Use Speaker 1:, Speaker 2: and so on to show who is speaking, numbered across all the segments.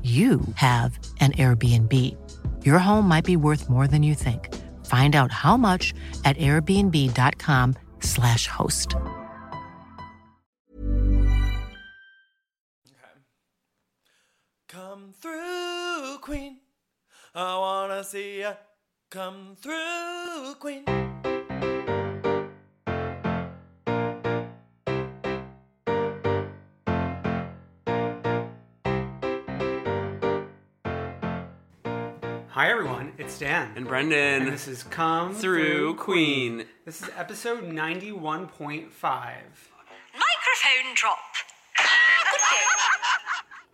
Speaker 1: you have an Airbnb. Your home might be worth more than you think. Find out how much at airbnb.com/slash host.
Speaker 2: Come through, Queen. I wanna see ya. Come through, Queen.
Speaker 3: Hi everyone, it's Dan
Speaker 2: And Brendan.
Speaker 3: And this is Come
Speaker 2: Through Queen.
Speaker 3: This is episode 91.5.
Speaker 4: Microphone drop.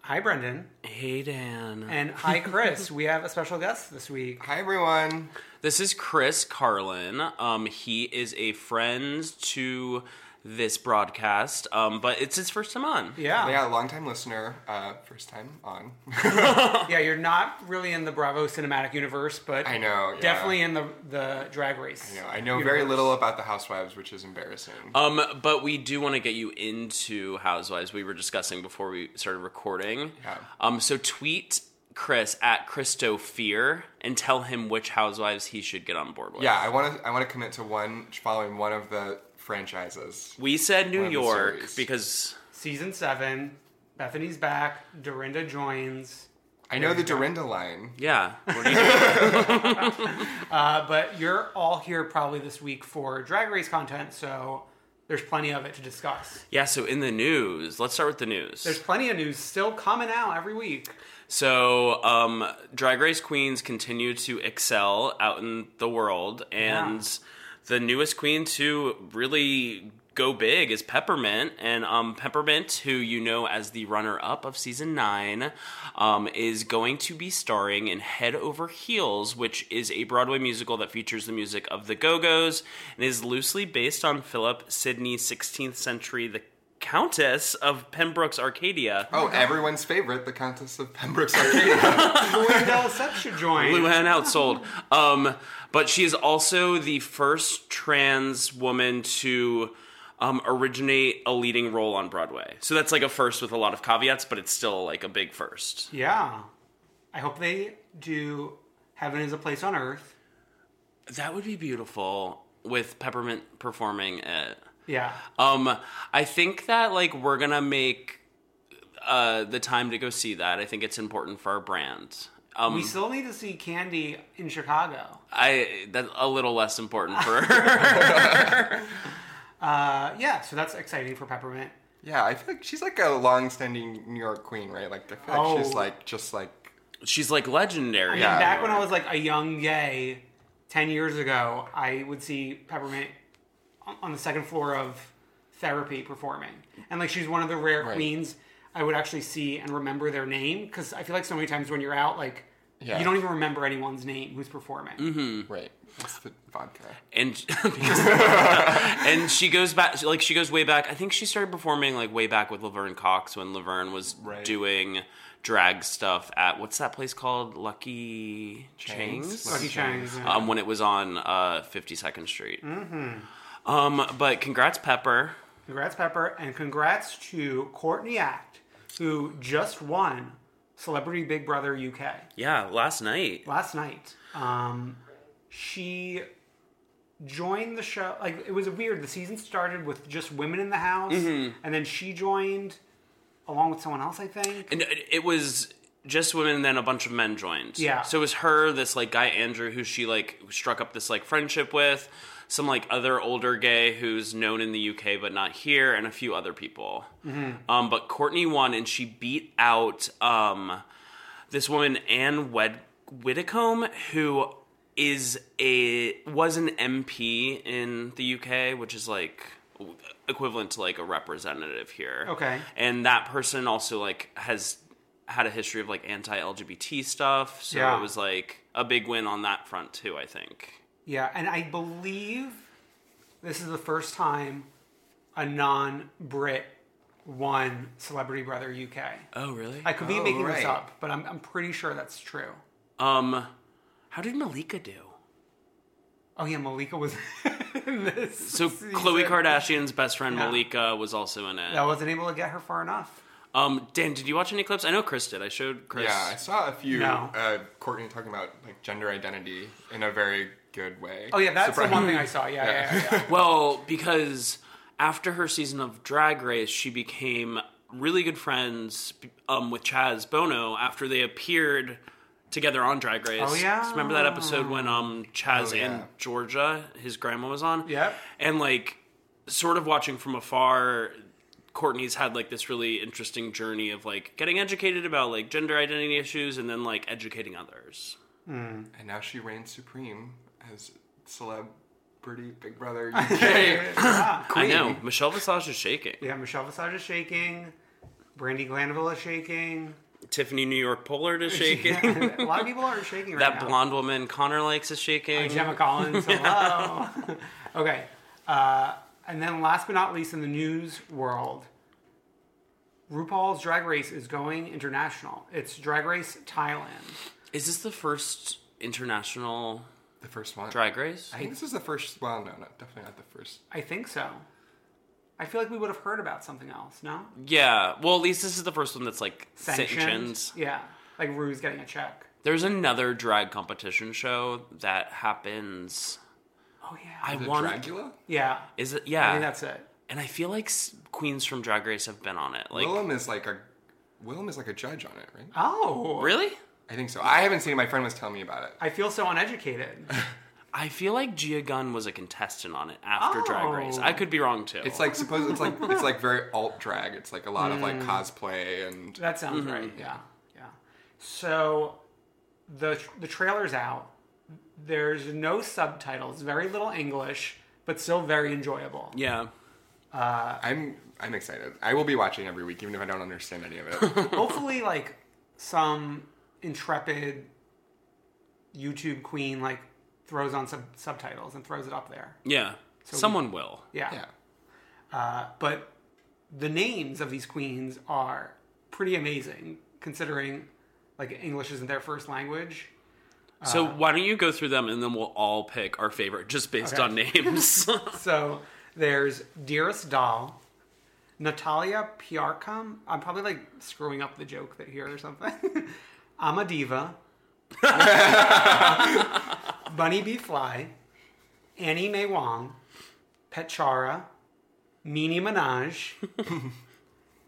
Speaker 3: Hi Brendan
Speaker 2: Hey, Dan.
Speaker 3: and hi Chris. we have a special guest this week.
Speaker 5: Hi everyone.
Speaker 2: This is Chris Carlin. Um, he is a friend to this broadcast, um, but it's his first time on.
Speaker 3: Yeah.
Speaker 5: Yeah, long time listener, uh, first time on.
Speaker 3: Yeah, you're not really in the Bravo cinematic universe, but
Speaker 5: I know. yeah.
Speaker 3: Definitely in the the drag race.
Speaker 5: You know, I know very little about the Housewives, which is embarrassing.
Speaker 3: Uh,
Speaker 2: Um, but we do want to get you into Housewives. We were discussing before we started recording.
Speaker 5: Yeah.
Speaker 2: Um, so tweet Chris at Christo Fear and tell him which Housewives he should get on board with.
Speaker 5: yeah, I want to. I want to commit to one following one of the franchises.
Speaker 2: We said New
Speaker 5: One of the
Speaker 2: York
Speaker 5: series.
Speaker 2: because
Speaker 3: Season 7, Bethany's back, Dorinda joins.
Speaker 5: I know the Dorinda line.
Speaker 2: yeah, what do you-
Speaker 3: Uh, but you're all here probably this week for drag race content, so there's plenty of it to discuss.
Speaker 2: yeah. So in the news, let's start with the news.
Speaker 3: There's plenty of news still coming out every week.
Speaker 2: So, um, Drag Race Queens continue to excel out in the world, and the newest queen to really go big is Peppermint. And um, Peppermint, who you know as the runner up of season nine, um, is going to be starring in Head Over Heels, which is a Broadway musical that features the music of the Go Go's and is loosely based on Philip Sidney's 16th century, the Countess of Pembroke's Arcadia.
Speaker 5: Oh, everyone's favorite, the Countess of Pembroke's Arcadia.
Speaker 3: Luann Seth should join.
Speaker 2: Luann outsold. Um, but she is also the first trans woman to um, originate a leading role on Broadway. So that's like a first with a lot of caveats, but it's still like a big first.
Speaker 3: Yeah. I hope they do Heaven is a Place on Earth.
Speaker 2: That would be beautiful with Peppermint performing it.
Speaker 3: Yeah.
Speaker 2: Um, I think that like we're gonna make uh, the time to go see that. I think it's important for our brand. Um,
Speaker 3: we still need to see Candy in Chicago.
Speaker 2: I that's a little less important for her.
Speaker 3: Uh, yeah, so that's exciting for Peppermint.
Speaker 5: yeah, I feel like she's like a long-standing New York queen, right? Like I feel like
Speaker 3: Oh.
Speaker 5: she's like just like
Speaker 2: She's like legendary.
Speaker 5: Yeah.
Speaker 3: Back when I was like a young gay, 10 years ago, I would see Peppermint on- on the second floor of therapy performing. And like she's one of the rare
Speaker 5: Right.
Speaker 3: queens I would actually see and remember their name because I feel like so many times when you're out, like
Speaker 5: Yeah.
Speaker 3: you don't even remember anyone's name who's performing.
Speaker 5: right. That's the vodka.
Speaker 2: and because, and she goes back like she goes way back i think she started performing like way back with laverne cox when laverne was doing drag stuff at what's that place called? Lucky Chang's.
Speaker 3: Lucky Chang's. yeah.
Speaker 2: Um, when it was on uh, 52nd Street. Um, but congrats, Pepper.
Speaker 3: Congrats, Pepper, and congrats to Courtney Act, who just won Celebrity Big Brother UK
Speaker 2: Yeah, last night.
Speaker 3: last night. Um, she joined the show. Like it was weird. The season started with just women in the house,
Speaker 2: Mm-hmm.
Speaker 3: and then she joined along with someone else. I think.
Speaker 2: And it it was just women, and then a bunch of men joined.
Speaker 3: Yeah.
Speaker 2: So it was her, this like guy Andrew, who she like struck up this like friendship with, some like other older gay who's known in the UK but not here, and a few other people. Um, but Courtney won, and she beat out um, this woman Anne Wed- Widdicombe, who is a was an MP in the UK, which is like equivalent to like a representative here
Speaker 3: Okay.
Speaker 2: and that person also like has had a history of like anti-lgbt stuff so
Speaker 3: Yeah.
Speaker 2: it was like a big win on that front too i think
Speaker 3: Yeah, and I believe this is the first time a non-Brit won Celebrity Brother UK.
Speaker 2: oh really
Speaker 3: I could be making this
Speaker 5: right.
Speaker 3: up, but I'm, I'm pretty sure that's true.
Speaker 2: um how did malika do
Speaker 3: Oh yeah, Malika was in this.
Speaker 2: so chloe kardashian's best friend malika was also in
Speaker 3: I
Speaker 2: it
Speaker 3: wasn't able to get her far enough.
Speaker 2: um dan did you watch any clips i know chris did i showed chris
Speaker 5: Yeah, I saw a few.
Speaker 3: No.
Speaker 5: Uh, Courtney talking about like gender identity in a very good way.
Speaker 3: Oh yeah, that's
Speaker 5: Surprising.
Speaker 3: the one thing I saw. Yeah, yeah, yeah. yeah.
Speaker 2: Well, because after her season of Drag Race, she became really good friends um, with Chaz Bono after they appeared together on Drag Race.
Speaker 3: Oh, yeah.
Speaker 2: remember that episode when um Chaz
Speaker 5: Oh, yeah.
Speaker 2: and Georgia, his grandma, was on?
Speaker 3: Yep.
Speaker 2: And like, sort of watching from afar. Courtney's had like this really interesting journey of like getting educated about like gender identity issues and then like educating others.
Speaker 5: And now she reigns supreme as celebrity Big Brother UK.
Speaker 2: I know. Michelle Visage is shaking.
Speaker 3: yeah, Michelle Visage is shaking. Brandy Glanville is shaking.
Speaker 2: Tiffany New York Pollard is shaking.
Speaker 3: A lot of people are shaking right
Speaker 2: That
Speaker 3: now.
Speaker 2: blonde woman Connor likes is shaking.
Speaker 3: Gemma Collins. Hello. okay. Uh, and then last but not least in the news world, RuPaul's Drag Race is going international. It's Drag Race Thailand.
Speaker 2: Is this the first international
Speaker 5: the first one.
Speaker 2: drag race?
Speaker 5: I think this is the first. Well, no, not, definitely not the first.
Speaker 3: I think so. I feel like we would have heard about something else, no?
Speaker 2: Yeah. Well, at least this is the first one that's like sanctioned.
Speaker 3: Yeah. Like Rue's getting a check.
Speaker 2: There's another drag competition show that happens.
Speaker 3: Oh, yeah.
Speaker 2: I
Speaker 5: The
Speaker 2: want.
Speaker 5: Dragula.
Speaker 3: yeah.
Speaker 2: Is it?
Speaker 3: I
Speaker 2: Yeah.
Speaker 3: think that's it.
Speaker 2: and I feel like s- queens from Drag Race have been on it. Like
Speaker 5: Willem is like a Willem is like a judge on it, right?
Speaker 3: Oh.
Speaker 2: really?
Speaker 5: I think so. I haven't seen it. My friend was telling me about it.
Speaker 3: I feel so uneducated.
Speaker 2: I feel like Gia Gunn was a contestant on it after Drag
Speaker 3: Oh.
Speaker 2: Race. I could be wrong too.
Speaker 5: It's like supposed. It's like it's like very alt drag. It's like a lot of like cosplay and
Speaker 3: That sounds right. Mm. Yeah, yeah. So the the trailer's out. There's no subtitles, very little English, but still very enjoyable.
Speaker 2: yeah.
Speaker 5: I'm I'm excited. I will be watching every week, even if I don't understand any of it.
Speaker 3: Hopefully, like some intrepid YouTube queen like throws on some subtitles and throws it up there.
Speaker 2: Yeah. Someone will.
Speaker 3: Yeah.
Speaker 5: yeah.
Speaker 3: But the names of these queens are pretty amazing, considering like English isn't their first language.
Speaker 2: So why don't you go through them and then we'll all pick our favorite just based on names.
Speaker 3: So there's Dearest Doll, Natalia Piarcom. I'm probably like screwing up the joke that here or something. I'm a diva. Bunny B Fly, Annie May Wong, Petchara, Mini Minaj,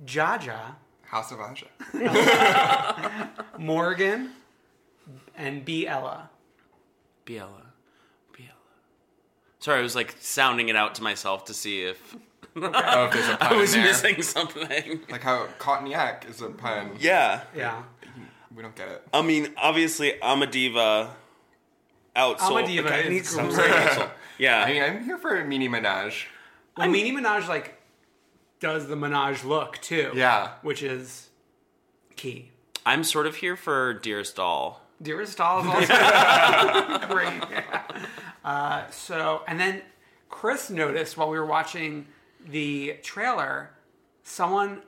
Speaker 3: Jaja,
Speaker 5: House of Aja.
Speaker 3: Morgan, and B Ella.
Speaker 2: Biela. Biela. Sorry, I was like sounding it out to myself to see if
Speaker 5: Oh, if there's a pun
Speaker 2: I was
Speaker 5: in there.
Speaker 2: missing something.
Speaker 5: Like how cognac is a pun.
Speaker 2: Yeah.
Speaker 3: Yeah.
Speaker 5: We don't get it.
Speaker 2: I mean, obviously, I'm a diva. Out.
Speaker 3: I'm a diva.
Speaker 2: Okay.
Speaker 3: It's great.
Speaker 5: I
Speaker 2: Yeah.
Speaker 5: mean, I'm here for Mini Minaj.
Speaker 3: Well, Mini Minaj like does the Minaj look too.
Speaker 5: Yeah.
Speaker 3: which is key.
Speaker 2: I'm sort of here for Dearest Doll.
Speaker 3: Dearest Doll is also great. Uh, so, and then Chris noticed while we were watching the trailer, someone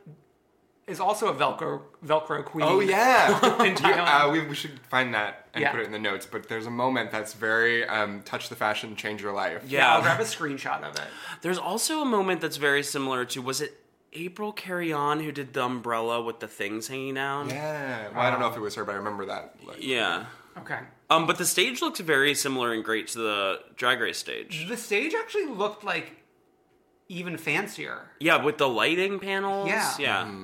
Speaker 3: is also a Velcro Velcro queen.
Speaker 5: Oh yeah,
Speaker 3: In
Speaker 5: You- uh,
Speaker 3: Thailand.
Speaker 5: we, we should find that and
Speaker 3: Yeah.
Speaker 5: put it in the notes. But there's a moment that's very um, touch the fashion, change your life.
Speaker 3: yeah, I'll grab a screenshot of it.
Speaker 2: There's also a moment that's very similar to was it April Carry On who did the umbrella with the things hanging down?
Speaker 5: Yeah. Well, I don't know if it was her, but I remember that. Like,
Speaker 2: Yeah.
Speaker 3: Okay.
Speaker 2: Um, but the stage looks very similar and great to the Drag Race stage.
Speaker 3: The stage actually looked like even fancier.
Speaker 2: Yeah, with the lighting panels.
Speaker 3: Yeah.
Speaker 2: Yeah.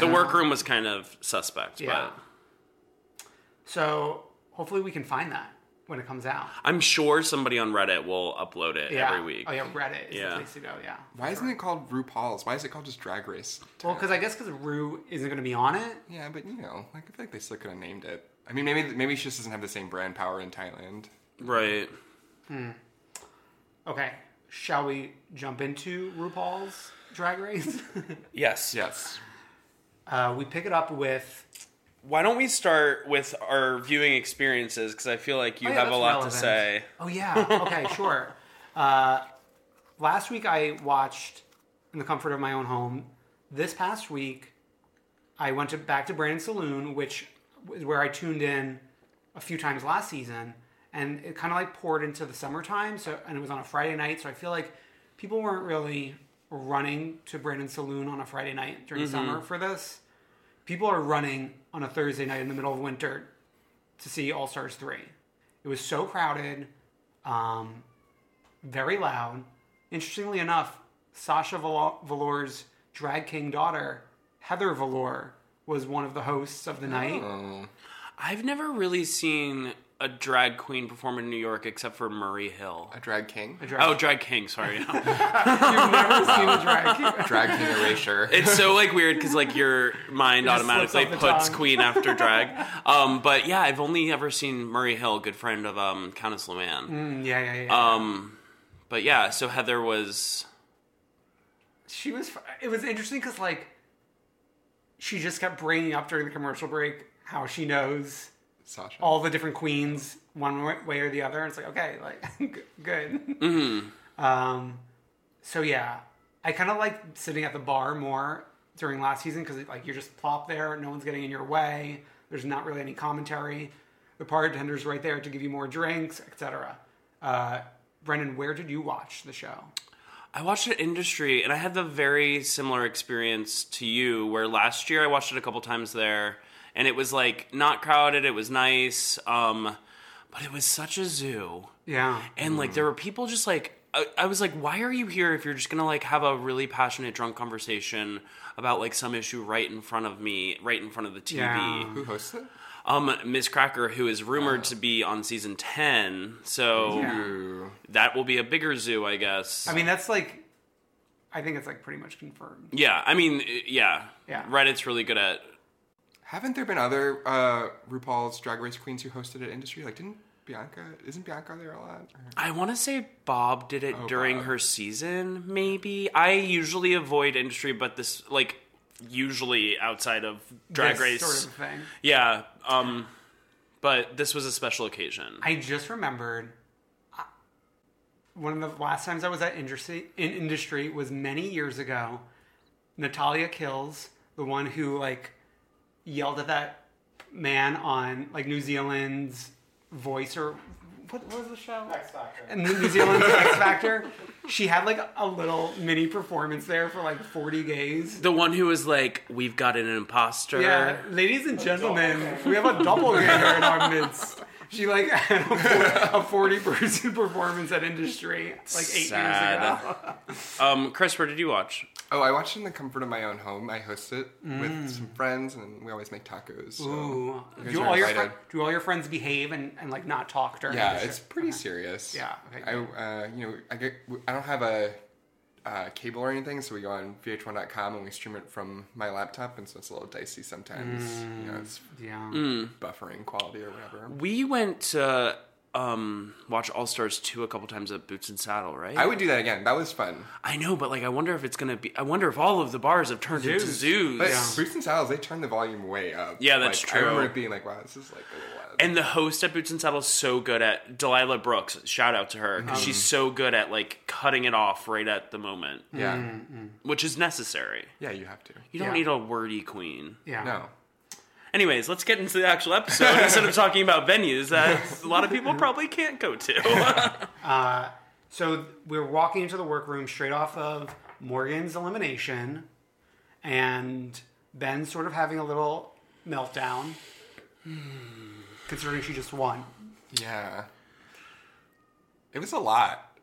Speaker 2: The workroom was kind of suspect,
Speaker 3: Yeah.
Speaker 2: but
Speaker 3: So hopefully we can find that when it comes out.
Speaker 2: I'm sure somebody on Reddit will upload it
Speaker 3: Yeah.
Speaker 2: every week.
Speaker 3: Oh yeah, Reddit is
Speaker 2: Yeah.
Speaker 3: the place to go. Yeah.
Speaker 5: Why isn't it called RuPaul's? Why is it called just Drag Race?
Speaker 3: Well, because I guess because Rue isn't going to be on it.
Speaker 5: Yeah, but you know, like I feel like they still could have named it. I mean, maybe maybe she just doesn't have the same brand power in Thailand.
Speaker 2: Right.
Speaker 3: Okay. Shall we jump into RuPaul's Drag Race?
Speaker 2: Yes.
Speaker 5: Yes.
Speaker 3: uh, we pick it up with
Speaker 2: Why don't we start with our viewing experiences? Because I feel like you
Speaker 3: Oh, yeah,
Speaker 2: have a
Speaker 3: that's
Speaker 2: lot
Speaker 3: relevant.
Speaker 2: to say.
Speaker 3: Oh yeah. Okay. sure. Uh, last week I watched in the comfort of my own home. This past week, I went to, back to Brandon's Saloon, which is where I tuned in a few times last season, and it kind of like poured into the summertime. So and it was on a Friday night, so I feel like people weren't really running to Brandon's Saloon on a Friday night during summer for this. People are running on a Thursday night in the middle of winter to see All Stars 3. It was so crowded, um, very loud. Interestingly enough, Sasha Val- Valor's drag king daughter, Heather Valor, was one of the hosts of the night.
Speaker 2: I've never really seen a drag queen perform in New York except for Murray Hill.
Speaker 5: A drag king. A
Speaker 2: Oh, drag king. Sorry.
Speaker 3: You've never seen a drag king.
Speaker 5: drag king erasure.
Speaker 2: it's so like weird because like your mind
Speaker 3: just slips
Speaker 2: automatically
Speaker 3: off the
Speaker 2: puts
Speaker 3: tongue.
Speaker 2: queen after drag. Um, but yeah, I've only ever seen Murray Hill, good friend of um, Countess Luann.
Speaker 3: Mm, Yeah, yeah, yeah.
Speaker 2: But yeah, so Heather was
Speaker 3: she was. f- It was interesting because like, she just kept bringing up during the commercial break how she knows
Speaker 5: Sasha.
Speaker 3: all the different queens one wa- way or the other. And it's like, okay, like, g- good. Um, so yeah, I kind of like sitting at the bar more during last season because like you're just plop there, no one's getting in your way. There's not really any commentary. The bartender's right there to give you more drinks, etc. Uh, Brendan, where did you watch the show?
Speaker 2: I watched it industry, and I had the very similar experience to you, where last year I watched it a couple times there, and it was like not crowded. It was nice, um, but it was such a zoo,
Speaker 3: Yeah,
Speaker 2: and like there were people just like. I- I was like, why are you here if you're just gonna like have a really passionate drunk conversation about like some issue right in front of me, right in front of the TV?
Speaker 3: Yeah.
Speaker 5: Who hosts it?
Speaker 2: Um, Miss Cracker, who is rumored to be on season ten, so
Speaker 5: Ooh.
Speaker 2: that will be a bigger zoo, I guess.
Speaker 3: I mean that's like, I think it's like pretty much confirmed.
Speaker 2: Yeah, I mean, i- yeah.
Speaker 3: Yeah.
Speaker 2: Reddit's really good at.
Speaker 5: Haven't there been other uh, RuPaul's Drag Race queens who hosted at industry? Like, didn't Bianca? Isn't Bianca there a lot? Or-
Speaker 2: I want to say Bob did it
Speaker 3: Oh,
Speaker 2: during
Speaker 5: Bob.
Speaker 2: her season, maybe. I usually avoid industry, but this, like, usually outside of Drag
Speaker 3: This
Speaker 2: Race.
Speaker 3: sort of thing.
Speaker 2: Yeah. Um, but this was a special occasion.
Speaker 3: I just remembered I- one of the last times I was at industry in industry was many years ago. Natalia kills the one who like yelled at that man on like New Zealand's voice or what what was the show? X Factor. And New New Zealand's X Factor. She had like a little mini performance there for like 40 gays.
Speaker 2: the one who was like, "We've got an imposter."
Speaker 3: Yeah, ladies and gentlemen, we have a doppelganger in our midst. She like had a forty person performance at industry like eight
Speaker 2: Sad.
Speaker 3: years ago.
Speaker 2: Um, Chris, where did you watch?
Speaker 5: Oh, I watched it in the comfort of my own home. I host it with some friends, and we always make tacos. So
Speaker 3: Mm. Ooh.
Speaker 5: guys
Speaker 3: Do
Speaker 5: are
Speaker 3: all your fri-
Speaker 5: invited.
Speaker 3: do all your friends behave and, and like not talk during?
Speaker 5: Yeah,
Speaker 3: industry?
Speaker 5: it's pretty serious.
Speaker 3: Yeah, okay,
Speaker 5: I, uh, you know, I get, I don't have a uh, cable or anything, so we go on VH1.com and we stream it from my laptop, and so it's a little dicey
Speaker 3: Mm.
Speaker 5: sometimes. You know, it's Mm.
Speaker 3: yeah.
Speaker 5: buffering quality or whatever.
Speaker 2: We went to um, watch All Stars two a couple times at Boots and Saddle, right?
Speaker 5: I would do that again. That was fun.
Speaker 2: I know, but like, I wonder if it's gonna be. I wonder if all of the bars have turned into
Speaker 3: Zoos.
Speaker 2: zoos.
Speaker 5: But Bruce and Saddles, they turned the volume way up.
Speaker 2: Yeah, that's
Speaker 5: Like,
Speaker 2: true.
Speaker 5: I remember it being like, wow, this is like a little loud.
Speaker 2: And the host at Boots and Saddle is so good at Delilah Brooks. Shout out to her
Speaker 3: Um.
Speaker 2: 'cause she's so good at like cutting it off right at the moment,
Speaker 5: yeah,
Speaker 2: which is necessary.
Speaker 5: yeah, you have to.
Speaker 2: Mm. You don't
Speaker 3: Yeah.
Speaker 2: need a wordy queen.
Speaker 3: Yeah.
Speaker 5: No,
Speaker 2: Anyways, let's get into the actual episode instead of talking about venues that a lot of people probably can't go to.
Speaker 3: So we're walking into the workroom straight off of Morgan's elimination and Ben's sort of having a little meltdown considering she just won.
Speaker 5: yeah, it was a lot.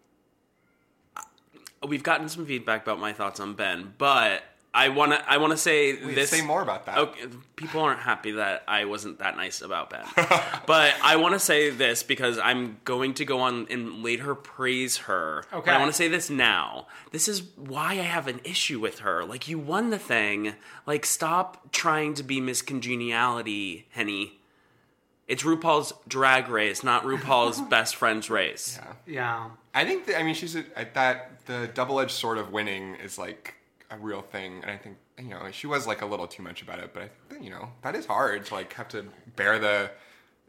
Speaker 2: We've gotten some feedback about my thoughts on Ben, but I want to I want to say this
Speaker 5: say more about that.
Speaker 2: Okay, people aren't happy that I wasn't that nice about Ben. but I want to say this because I'm going to go on and later praise her.
Speaker 3: Okay.
Speaker 2: But I want to say this now. This is why I have an issue with her. Like you won the thing. Like stop trying to be Miss Congeniality, Henny. It's RuPaul's drag race, not RuPaul's best friend's race.
Speaker 3: Yeah.
Speaker 5: I think that I mean she's a, I thought the double edged sword of winning is like a real thing, and I think you know she was like a little too much about it, but I think that, you know that is hard to like have to bear the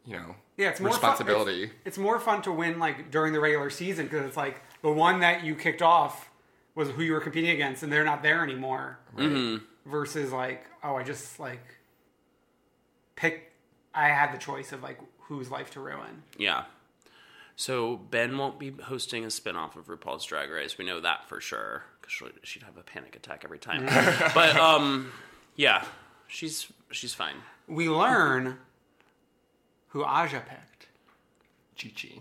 Speaker 5: you know
Speaker 3: Yeah, it's more fun-
Speaker 5: responsibility.
Speaker 3: it's, it's more fun to win like during the regular season because it's like the one that you kicked off was who you were competing against, and they're not there anymore. Versus like, oh, I just like pick. I had the choice of like whose life to ruin.
Speaker 2: Yeah. So Ben won't be hosting a spinoff of RuPaul's Drag Race. We know that for sure because she'd have a panic attack every time. but um, yeah, she's she's fine.
Speaker 3: We learn who Aja picked.
Speaker 5: Chi Chi.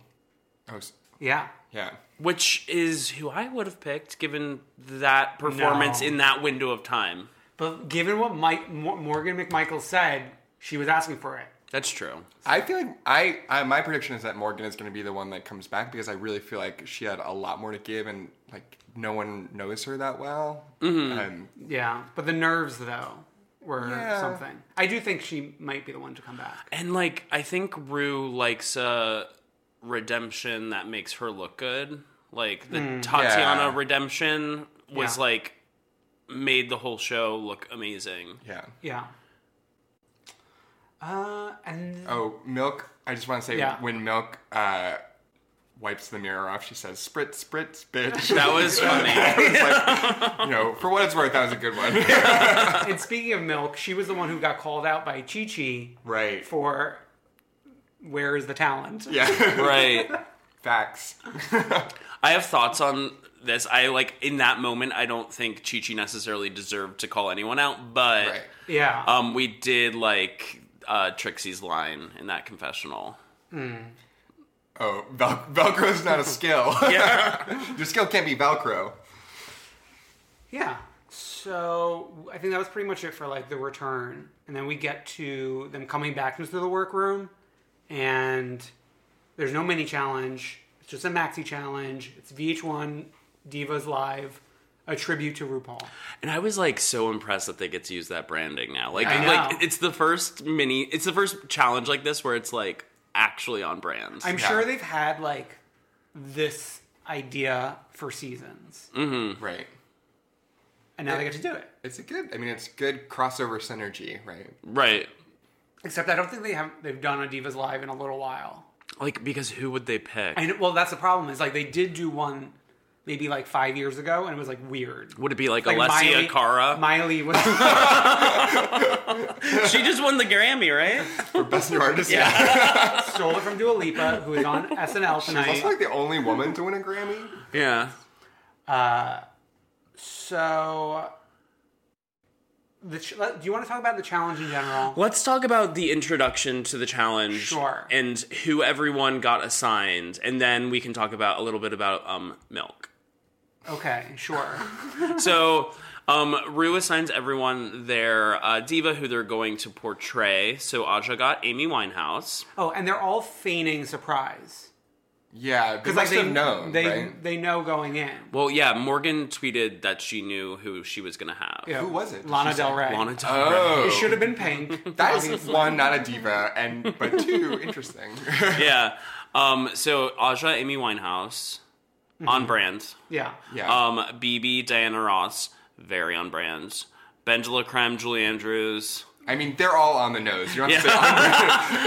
Speaker 5: Oh s-
Speaker 3: Yeah,
Speaker 5: yeah.
Speaker 2: Which is who I would have picked given that performance
Speaker 3: No.
Speaker 2: in that window of time.
Speaker 3: but given what Mike Mo- Morgan McMichael said, she was asking for it.
Speaker 2: That's true.
Speaker 5: I feel like I, I my prediction is that Morgan is going to be the one that comes back because I really feel like she had a lot more to give and like no one knows her that well. Um,
Speaker 3: Yeah, but the nerves though were
Speaker 5: Yeah.
Speaker 3: something. I do think she might be the one to come back.
Speaker 2: And like I think Rue likes a redemption that makes her look good. Like the Tatiana
Speaker 5: yeah.
Speaker 2: redemption was
Speaker 3: Hmm, Yeah.
Speaker 2: like made the whole show look amazing.
Speaker 5: yeah.
Speaker 3: Yeah. Uh, and
Speaker 5: Oh, milk. I just want to say
Speaker 3: Yeah.
Speaker 5: when milk uh, wipes the mirror off, she says "spritz, spritz, bitch."
Speaker 2: That was funny.
Speaker 5: you know, for what it's worth, that was a good one.
Speaker 3: and speaking of milk, she was the one who got called out by Chi Chi
Speaker 5: right.
Speaker 3: for "Where is the talent?"
Speaker 5: Yeah.
Speaker 2: right.
Speaker 5: Facts.
Speaker 2: I have thoughts on this. I like in that moment I don't think Chi Chi necessarily deserved to call anyone out, but
Speaker 5: Right.
Speaker 3: Yeah.
Speaker 2: um we did like uh Trixie's line in that confessional.
Speaker 5: Oh, Vel- Velcro's not a skill. Your skill can't be Velcro.
Speaker 3: yeah. So I think that was pretty much it for like the return, and then we get to them coming back into the workroom, and there's no mini challenge. It's just a maxi challenge. It's VH1 Divas Live, a tribute to RuPaul.
Speaker 2: And I was like so impressed that they get to use that branding now. Like
Speaker 3: I know.
Speaker 2: like it's the first mini it's the first challenge like this where it's like actually on brand.
Speaker 3: I'm sure they've had like this idea for seasons,
Speaker 5: Right.
Speaker 3: and now they get to do it.
Speaker 5: It's a good. I mean, it's good crossover synergy, right?
Speaker 2: right.
Speaker 3: Except I don't think they have they've done a Divas Live in a little while.
Speaker 2: Like because who would they pick?
Speaker 3: And well, that's the problem is like they did do one maybe like five years ago, and it was like weird.
Speaker 2: would it be like,
Speaker 3: Like
Speaker 2: Alessia
Speaker 3: Miley-
Speaker 2: Cara?
Speaker 3: Miley was
Speaker 2: she just won the Grammy, right?
Speaker 5: For best new artist. Yeah.
Speaker 3: stole it from Dua Lipa, who is on SNL
Speaker 5: That's
Speaker 3: tonight.
Speaker 5: like the only woman to win a Grammy.
Speaker 2: Yeah.
Speaker 3: So, the ch- let- do you want to talk about the challenge in general?
Speaker 2: Let's talk about the introduction to the challenge,
Speaker 3: Sure.
Speaker 2: and who everyone got assigned, and then we can talk about a little bit about um milk.
Speaker 3: Okay, sure.
Speaker 2: so, um, Rue assigns everyone their uh, diva who they're going to portray. So Aja got Amy Winehouse.
Speaker 3: Oh, and they're all feigning surprise
Speaker 5: Yeah, they
Speaker 3: because
Speaker 5: must
Speaker 3: like they
Speaker 5: have known,
Speaker 3: they
Speaker 5: right?
Speaker 3: they know going in.
Speaker 2: Well, yeah, Morgan tweeted that she knew who she was gonna have.
Speaker 3: Yeah.
Speaker 5: Who was it?
Speaker 3: Lana
Speaker 5: She
Speaker 3: Del
Speaker 5: said-
Speaker 3: Rey.
Speaker 2: Lana Del Rey.
Speaker 5: Oh,
Speaker 3: It should have been pink. Uh.
Speaker 5: that is one, not a diva, and but two, interesting.
Speaker 2: yeah. Um, so Aja, Amy Winehouse,
Speaker 3: Mm-hmm.
Speaker 2: on brand.
Speaker 3: Yeah.
Speaker 5: Yeah.
Speaker 2: Um, BB, Diana Ross, very on brand. Benjela Creme, Julie Andrews.
Speaker 5: I mean, they're all on the nose. You don't have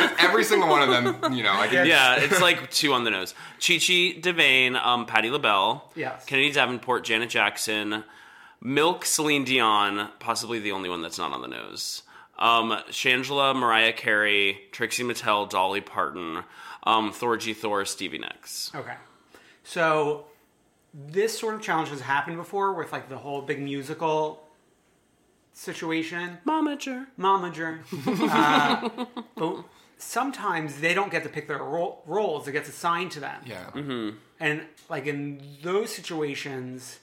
Speaker 5: to say every single one of them. You know, I can.
Speaker 2: Yeah, it's like two on the nose. Chichi Devane, um, Patti LaBelle,
Speaker 3: Yes.
Speaker 2: Kennedy Davenport, Janet Jackson, Milk, Celine Dion, possibly the only one that's not on the nose. Um, Shangela, Mariah Carey, Trixie Mattel, Dolly Parton, um, Thor G. Thor, Stevie Nicks.
Speaker 3: Okay. So this sort of challenge has happened before with like the whole big musical situation.
Speaker 2: Momager.
Speaker 3: Momager. uh, but sometimes they don't get to pick their ro- roles, it gets assigned to them.
Speaker 5: Yeah.
Speaker 3: And like in those situations,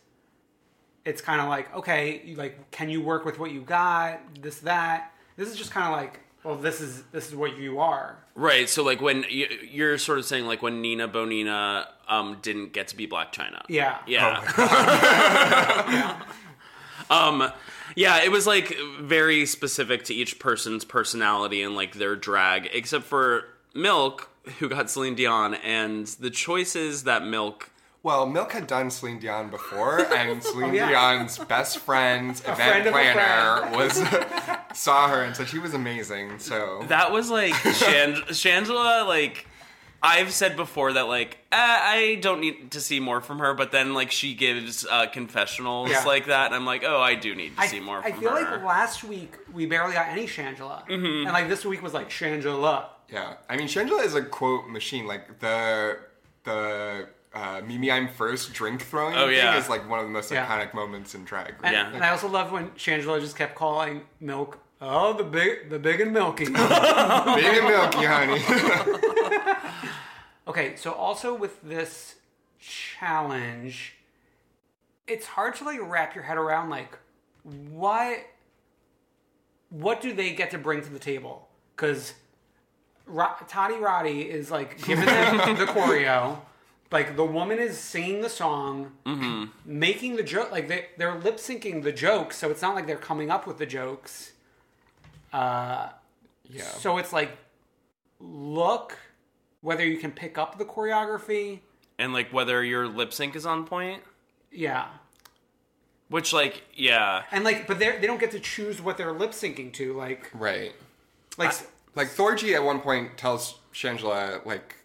Speaker 3: it's kind of like, okay, you, like can you work with what you got? This that. This is just kind of like, well, this is this is what you are.
Speaker 2: Right. So like when you, you're sort of saying like when Nina Bonina um, didn't get to be Black China.
Speaker 3: Yeah.
Speaker 2: Yeah. Oh, um, yeah, it was like very specific to each person's personality and like their drag, except for Milk, who got Celine Dion, and the choices that Milk.
Speaker 5: Well, Milk had done Celine Dion before, and Celine
Speaker 3: Oh, yeah.
Speaker 5: Dion's best friend's event
Speaker 3: friend of a
Speaker 5: planner was saw her, and so she was amazing. So
Speaker 2: That was like Shang- Shangela, like. I've said before that like eh, I don't need to see more from her, but then like she gives uh, confessionals
Speaker 3: Yeah.
Speaker 2: like that, and I'm like, oh, I do need to
Speaker 3: I,
Speaker 2: see more.
Speaker 3: I
Speaker 2: From
Speaker 3: feel
Speaker 2: her. Mm-hmm.
Speaker 3: like last week we barely got any Shangela, and like this week was like Shangela.
Speaker 5: yeah, I mean, Shangela is a quote machine. Like the the uh, Mimi, I'm first drink throwing
Speaker 2: Oh, yeah.
Speaker 5: thing is like one of the most
Speaker 3: Yeah.
Speaker 5: iconic moments in drag.
Speaker 3: And,
Speaker 2: Yeah.
Speaker 3: and I also love when Shangela just kept calling milk. Oh, the big, the big and milky.
Speaker 5: Baby Milk, you honey.
Speaker 3: okay, so also with this challenge, it's hard to like wrap your head around like what what do they get to bring to the table? Because Ro- Toddy Roddy is like giving them the choreo. Like the woman is singing the song, making the joke. Like they they're lip syncing the jokes, so it's not like they're coming up with the jokes. Uh,
Speaker 5: Yeah.
Speaker 3: So it's like look whether you can pick up the choreography.
Speaker 2: and like whether your lip sync is on point
Speaker 3: Yeah.
Speaker 2: which like yeah
Speaker 3: And like, but they they don't get to choose what they're lip syncing to. Like,
Speaker 5: right.
Speaker 3: like
Speaker 5: Like Thorgy at one point tells Shangela like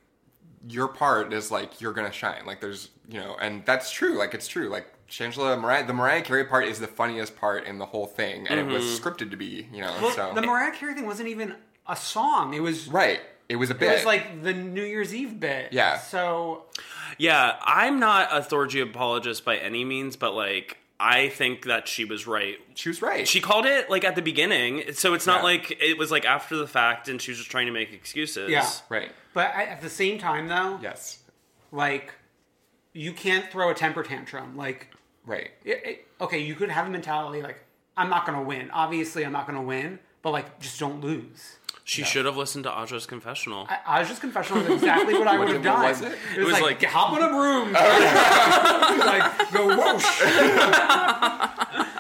Speaker 5: your part is like you're gonna shine. Like there's you know, and that's true. Like it's true. Like Shangela Mariah, the Mariah Carey part is the funniest part in the whole thing, and it was
Speaker 2: Mm-hmm.
Speaker 5: scripted to be. You know, so
Speaker 3: the Mariah Carey thing wasn't even a song. It was
Speaker 5: right. It was a bit.
Speaker 3: it was like the New Year's Eve bit.
Speaker 5: Yeah.
Speaker 3: So
Speaker 2: yeah i'm not a thorgy apologist by any means but like i think that she was right
Speaker 5: she was right.
Speaker 2: she called it like at the beginning so it's not
Speaker 5: Yeah.
Speaker 2: like it was like after the fact and she was just trying to make excuses
Speaker 3: yeah.
Speaker 5: right.
Speaker 3: But I- at the same time, though,
Speaker 5: Yes.
Speaker 3: like you can't throw a temper tantrum. Like,
Speaker 5: Right.
Speaker 3: it, it, okay, you could have a mentality like I'm not gonna win. Obviously, I'm not gonna win. But like, just don't lose.
Speaker 2: she should have listened to aja's confessional
Speaker 3: I, I was just confessional is exactly what I would have
Speaker 5: what
Speaker 3: done.
Speaker 5: was it?
Speaker 3: It was,
Speaker 2: was
Speaker 3: like,
Speaker 2: like-
Speaker 3: hop on a broom. like oh, go whoosh.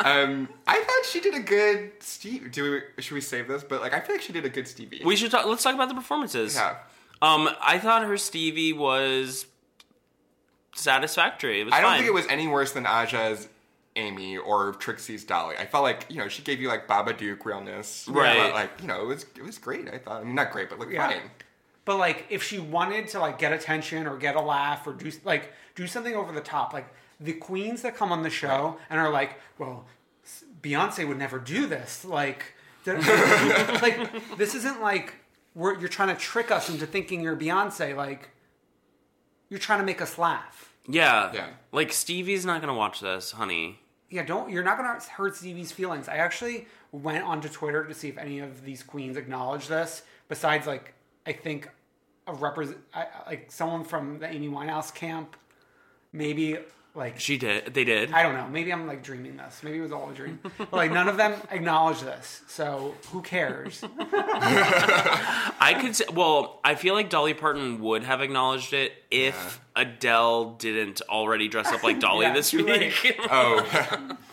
Speaker 5: Um, I thought she did a good Steve. Do we? Should we save this? But like, I feel like she did a good Stevie.
Speaker 2: we should talk let's talk about the performances
Speaker 5: yeah.
Speaker 2: um i thought her stevie was satisfactory it was
Speaker 5: I don't
Speaker 2: fine.
Speaker 5: think it was any worse than Aja's Amy or Trixie's Dolly. I felt like you know she gave you like Baba Duke realness,
Speaker 2: Right.
Speaker 5: But like you know it was it was great. I thought I mean not great, but like
Speaker 3: Yeah.
Speaker 5: fine.
Speaker 3: But like, if she wanted to like get attention or get a laugh or do like do something over the top, like the queens that come on the show and are like, well, s- Beyonce would never do this. Like, d- like this isn't like we're, you're trying to trick us into thinking you're Beyonce. Like, you're trying to make us laugh.
Speaker 2: yeah
Speaker 5: Yeah.
Speaker 2: like stevie's not gonna watch this honey
Speaker 3: Yeah, don't. You're not gonna hurt Stevie's feelings. I actually went onto Twitter to see if any of these queens acknowledge this. Besides, like, I think a represent, I, I- like someone from the Amy Winehouse camp, maybe like
Speaker 2: she did they did
Speaker 3: I don't know. Maybe I'm like dreaming this. Maybe it was all a dream. But like none of them acknowledge this. So who cares?
Speaker 2: I could say, well, I feel like Dolly Parton would have acknowledged it if Adele didn't already dress up like Dolly
Speaker 3: Yeah,
Speaker 2: this
Speaker 3: you're
Speaker 2: week.
Speaker 5: Oh.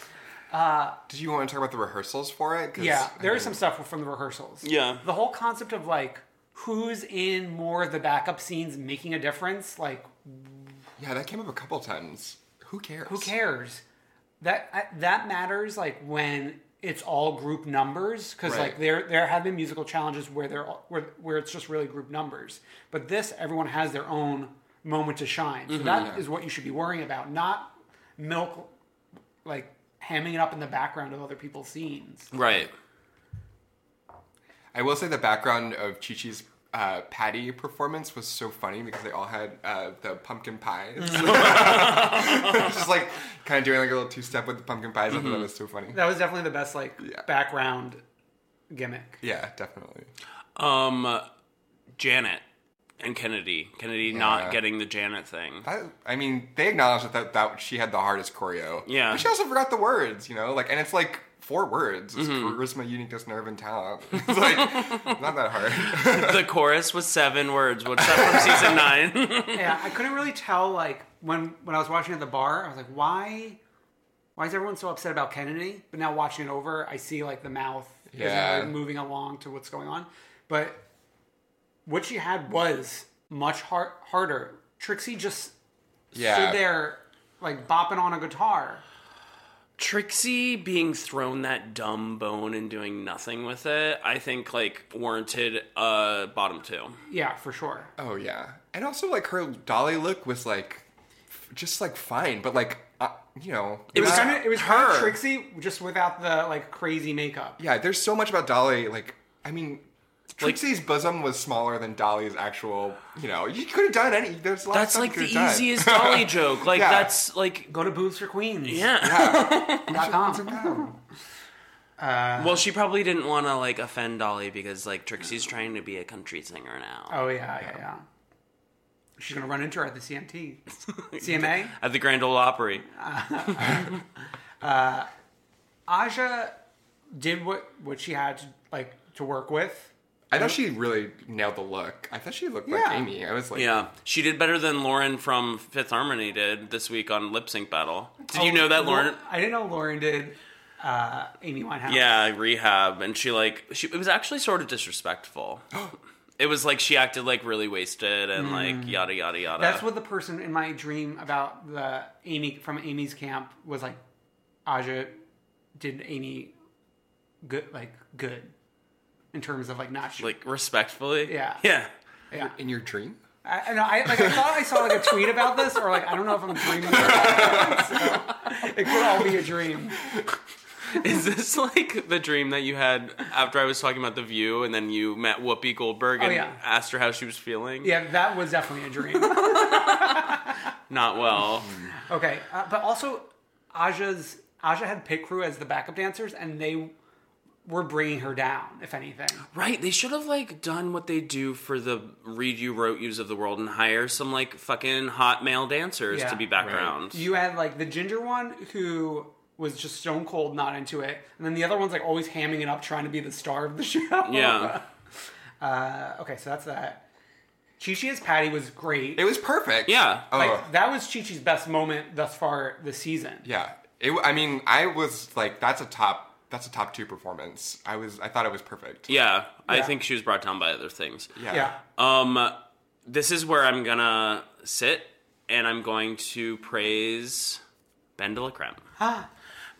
Speaker 5: Uh, Did you want to talk about the rehearsals for it? 'Cause,
Speaker 3: yeah,
Speaker 5: I
Speaker 3: there
Speaker 5: mean,
Speaker 3: is some stuff from the rehearsals.
Speaker 2: Yeah.
Speaker 3: the whole concept of like who's in more of the backup scenes making a difference? Like,
Speaker 5: Yeah, that came up a couple times. Who cares?
Speaker 3: who cares? That I- that matters. Like when it's all group numbers, because
Speaker 5: Right.
Speaker 3: like there there have been musical challenges where they're all, where where it's just really group numbers. But this, everyone has their own moment to shine. So that is what you should be worrying about, not milk like hamming it up in the background of other people's scenes.
Speaker 2: Right.
Speaker 5: I will say the background of Chi Chi's uh, Patty performance was so funny because they all had uh, the pumpkin pies. Just like kind of doing like a little two step with the pumpkin pies. I thought that was so funny.
Speaker 3: That was definitely the best like background gimmick.
Speaker 5: Yeah, definitely.
Speaker 2: Um, Janet and Kennedy. Kennedy not getting the Janet thing.
Speaker 5: That, I mean, they acknowledged that, that that she had the hardest choreo.
Speaker 2: Yeah.
Speaker 5: But she also forgot the words, you know? Like, and it's like four words. It's charisma, uniqueness, nerve, and talent. It's like, not that hard.
Speaker 2: the chorus was seven words. What's that from season nine?
Speaker 3: yeah, I couldn't really tell. Like when when I was watching it at the bar, I was like, why? Why is everyone so upset about Kennedy? But now watching it over, I see like the mouth isn't
Speaker 5: Yeah.
Speaker 3: really moving along to what's going on. But what she had was much har- harder. Trixie just
Speaker 5: yeah.
Speaker 3: stood there like bopping on a guitar.
Speaker 2: Trixie being thrown that dumb bone and doing nothing with it, I think like warranted uh bottom two.
Speaker 3: Yeah, for sure.
Speaker 5: Oh yeah, and also like her dolly look was like, f- just like fine, but like uh, you know,
Speaker 2: It was
Speaker 5: not-
Speaker 2: kinda-
Speaker 3: And it was her Trixie just without the like crazy makeup.
Speaker 5: Yeah, there's so much about Dolly. Like, I mean, Trixie's bosom was smaller than Dolly's actual. You know, you could have done any. There's a lot
Speaker 2: That's
Speaker 5: of
Speaker 2: like
Speaker 5: stuff you
Speaker 2: the
Speaker 5: could have done.
Speaker 2: easiest dolly joke. Like
Speaker 5: Yeah.
Speaker 2: that's like
Speaker 3: Go to Boobs for Queens.
Speaker 2: yeah.
Speaker 3: dot com.
Speaker 2: Well, she probably didn't want to like offend Dolly because like Trixie's trying to be a country singer now.
Speaker 3: Oh yeah, yeah, yeah. She's gonna run into her at the CMT, CMA.
Speaker 2: At the Grand Ole Opry.
Speaker 3: Aja did what what she had to like to work with.
Speaker 5: I thought she really nailed the look. I thought she looked like
Speaker 3: Yeah.
Speaker 5: Amy. I was like,
Speaker 2: Yeah. She did better than Lauren from Fifth Harmony did this week on Lip Sync Battle. Did
Speaker 3: Oh,
Speaker 2: you know that Lauren
Speaker 3: I didn't know Lauren did uh, Amy Winehouse.
Speaker 2: Yeah, rehab, and she like she. It was actually sort of disrespectful. it was like she acted like really wasted and like yada yada yada.
Speaker 3: Mm. that's what the person in my dream about the Amy from Amy's camp was like. Aja did Amy good, like good, in terms of like not sh-
Speaker 2: like respectfully.
Speaker 3: Yeah.
Speaker 2: yeah.
Speaker 5: in your dream.
Speaker 3: I, I know. I like. I thought I saw like a tweet about this, or like I don't know if I'm dreaming. Or not, so it could all be a dream.
Speaker 2: Is this like the dream that you had after I was talking about the View, and then you met Whoopi Goldberg and
Speaker 3: Oh, yeah.
Speaker 2: asked her how she was feeling?
Speaker 3: Yeah, that was definitely a dream.
Speaker 2: not well.
Speaker 3: Okay, uh, but also Aja's Aja had pit crew as the backup dancers, and they were bringing her down. If anything,
Speaker 2: Right, they should have like done what they do for the read you wrote yous of the world and hire some like fucking hot male dancers
Speaker 3: Yeah.
Speaker 2: to be background.
Speaker 3: you had like the ginger one who was just stone cold not into it, and then the other one's like always hamming it up, trying to be the star of the show.
Speaker 2: Yeah.
Speaker 3: Uh, okay, so that's that. Chi Chi as Patty was great.
Speaker 5: It was perfect.
Speaker 2: Yeah.
Speaker 5: Oh
Speaker 3: like, that was Chi Chi's best moment thus far this season.
Speaker 5: yeah. It, I mean, I was like, that's a top. That's a top two performance. I was. I thought it was perfect.
Speaker 2: yeah, I think she was brought down by other things.
Speaker 3: yeah.
Speaker 2: Um, this is where I'm gonna sit, and I'm going to praise Ben de la Creme.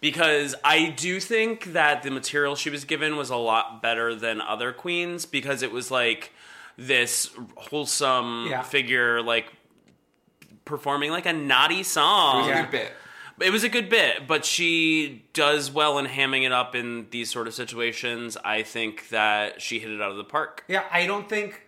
Speaker 2: Because I do think that the material she was given was a lot better than other queens because it was like this wholesome
Speaker 3: Yeah.
Speaker 2: figure like performing like a naughty song.
Speaker 5: It was a
Speaker 3: Yeah.
Speaker 5: good bit.
Speaker 2: It was a good bit, but she does well in hamming it up in these sort of situations. I think that she hit it out of the park.
Speaker 3: Yeah, I don't think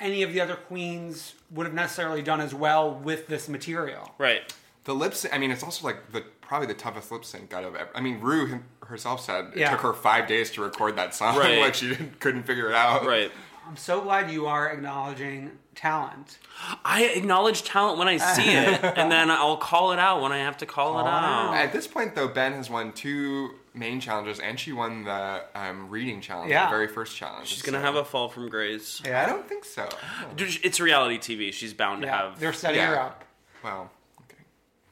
Speaker 3: any of the other queens would have necessarily done as well with this material.
Speaker 2: Right.
Speaker 5: The lip sync. I mean, it's also like the probably the toughest lip sync that I've ever. I mean, Rue him- herself said it
Speaker 3: Yeah.
Speaker 5: took her five days to record that song.
Speaker 2: Right.
Speaker 5: like she didn't, couldn't figure it out.
Speaker 2: Right.
Speaker 3: I'm so glad you are acknowledging talent.
Speaker 2: I acknowledge talent when I see it, and then I'll call it out when I have to call,
Speaker 5: Oh,
Speaker 2: it out.
Speaker 5: At this point, though, Ben has won two main challenges, and she won the um, reading challenge,
Speaker 3: Yeah.
Speaker 5: the very first challenge.
Speaker 2: She's gonna have a fall from grace.
Speaker 5: I don't think so.
Speaker 2: Dude, it's reality TV. She's bound to
Speaker 3: Yeah,
Speaker 2: have.
Speaker 3: they're setting her
Speaker 5: Yeah.
Speaker 3: up.
Speaker 5: Well, okay.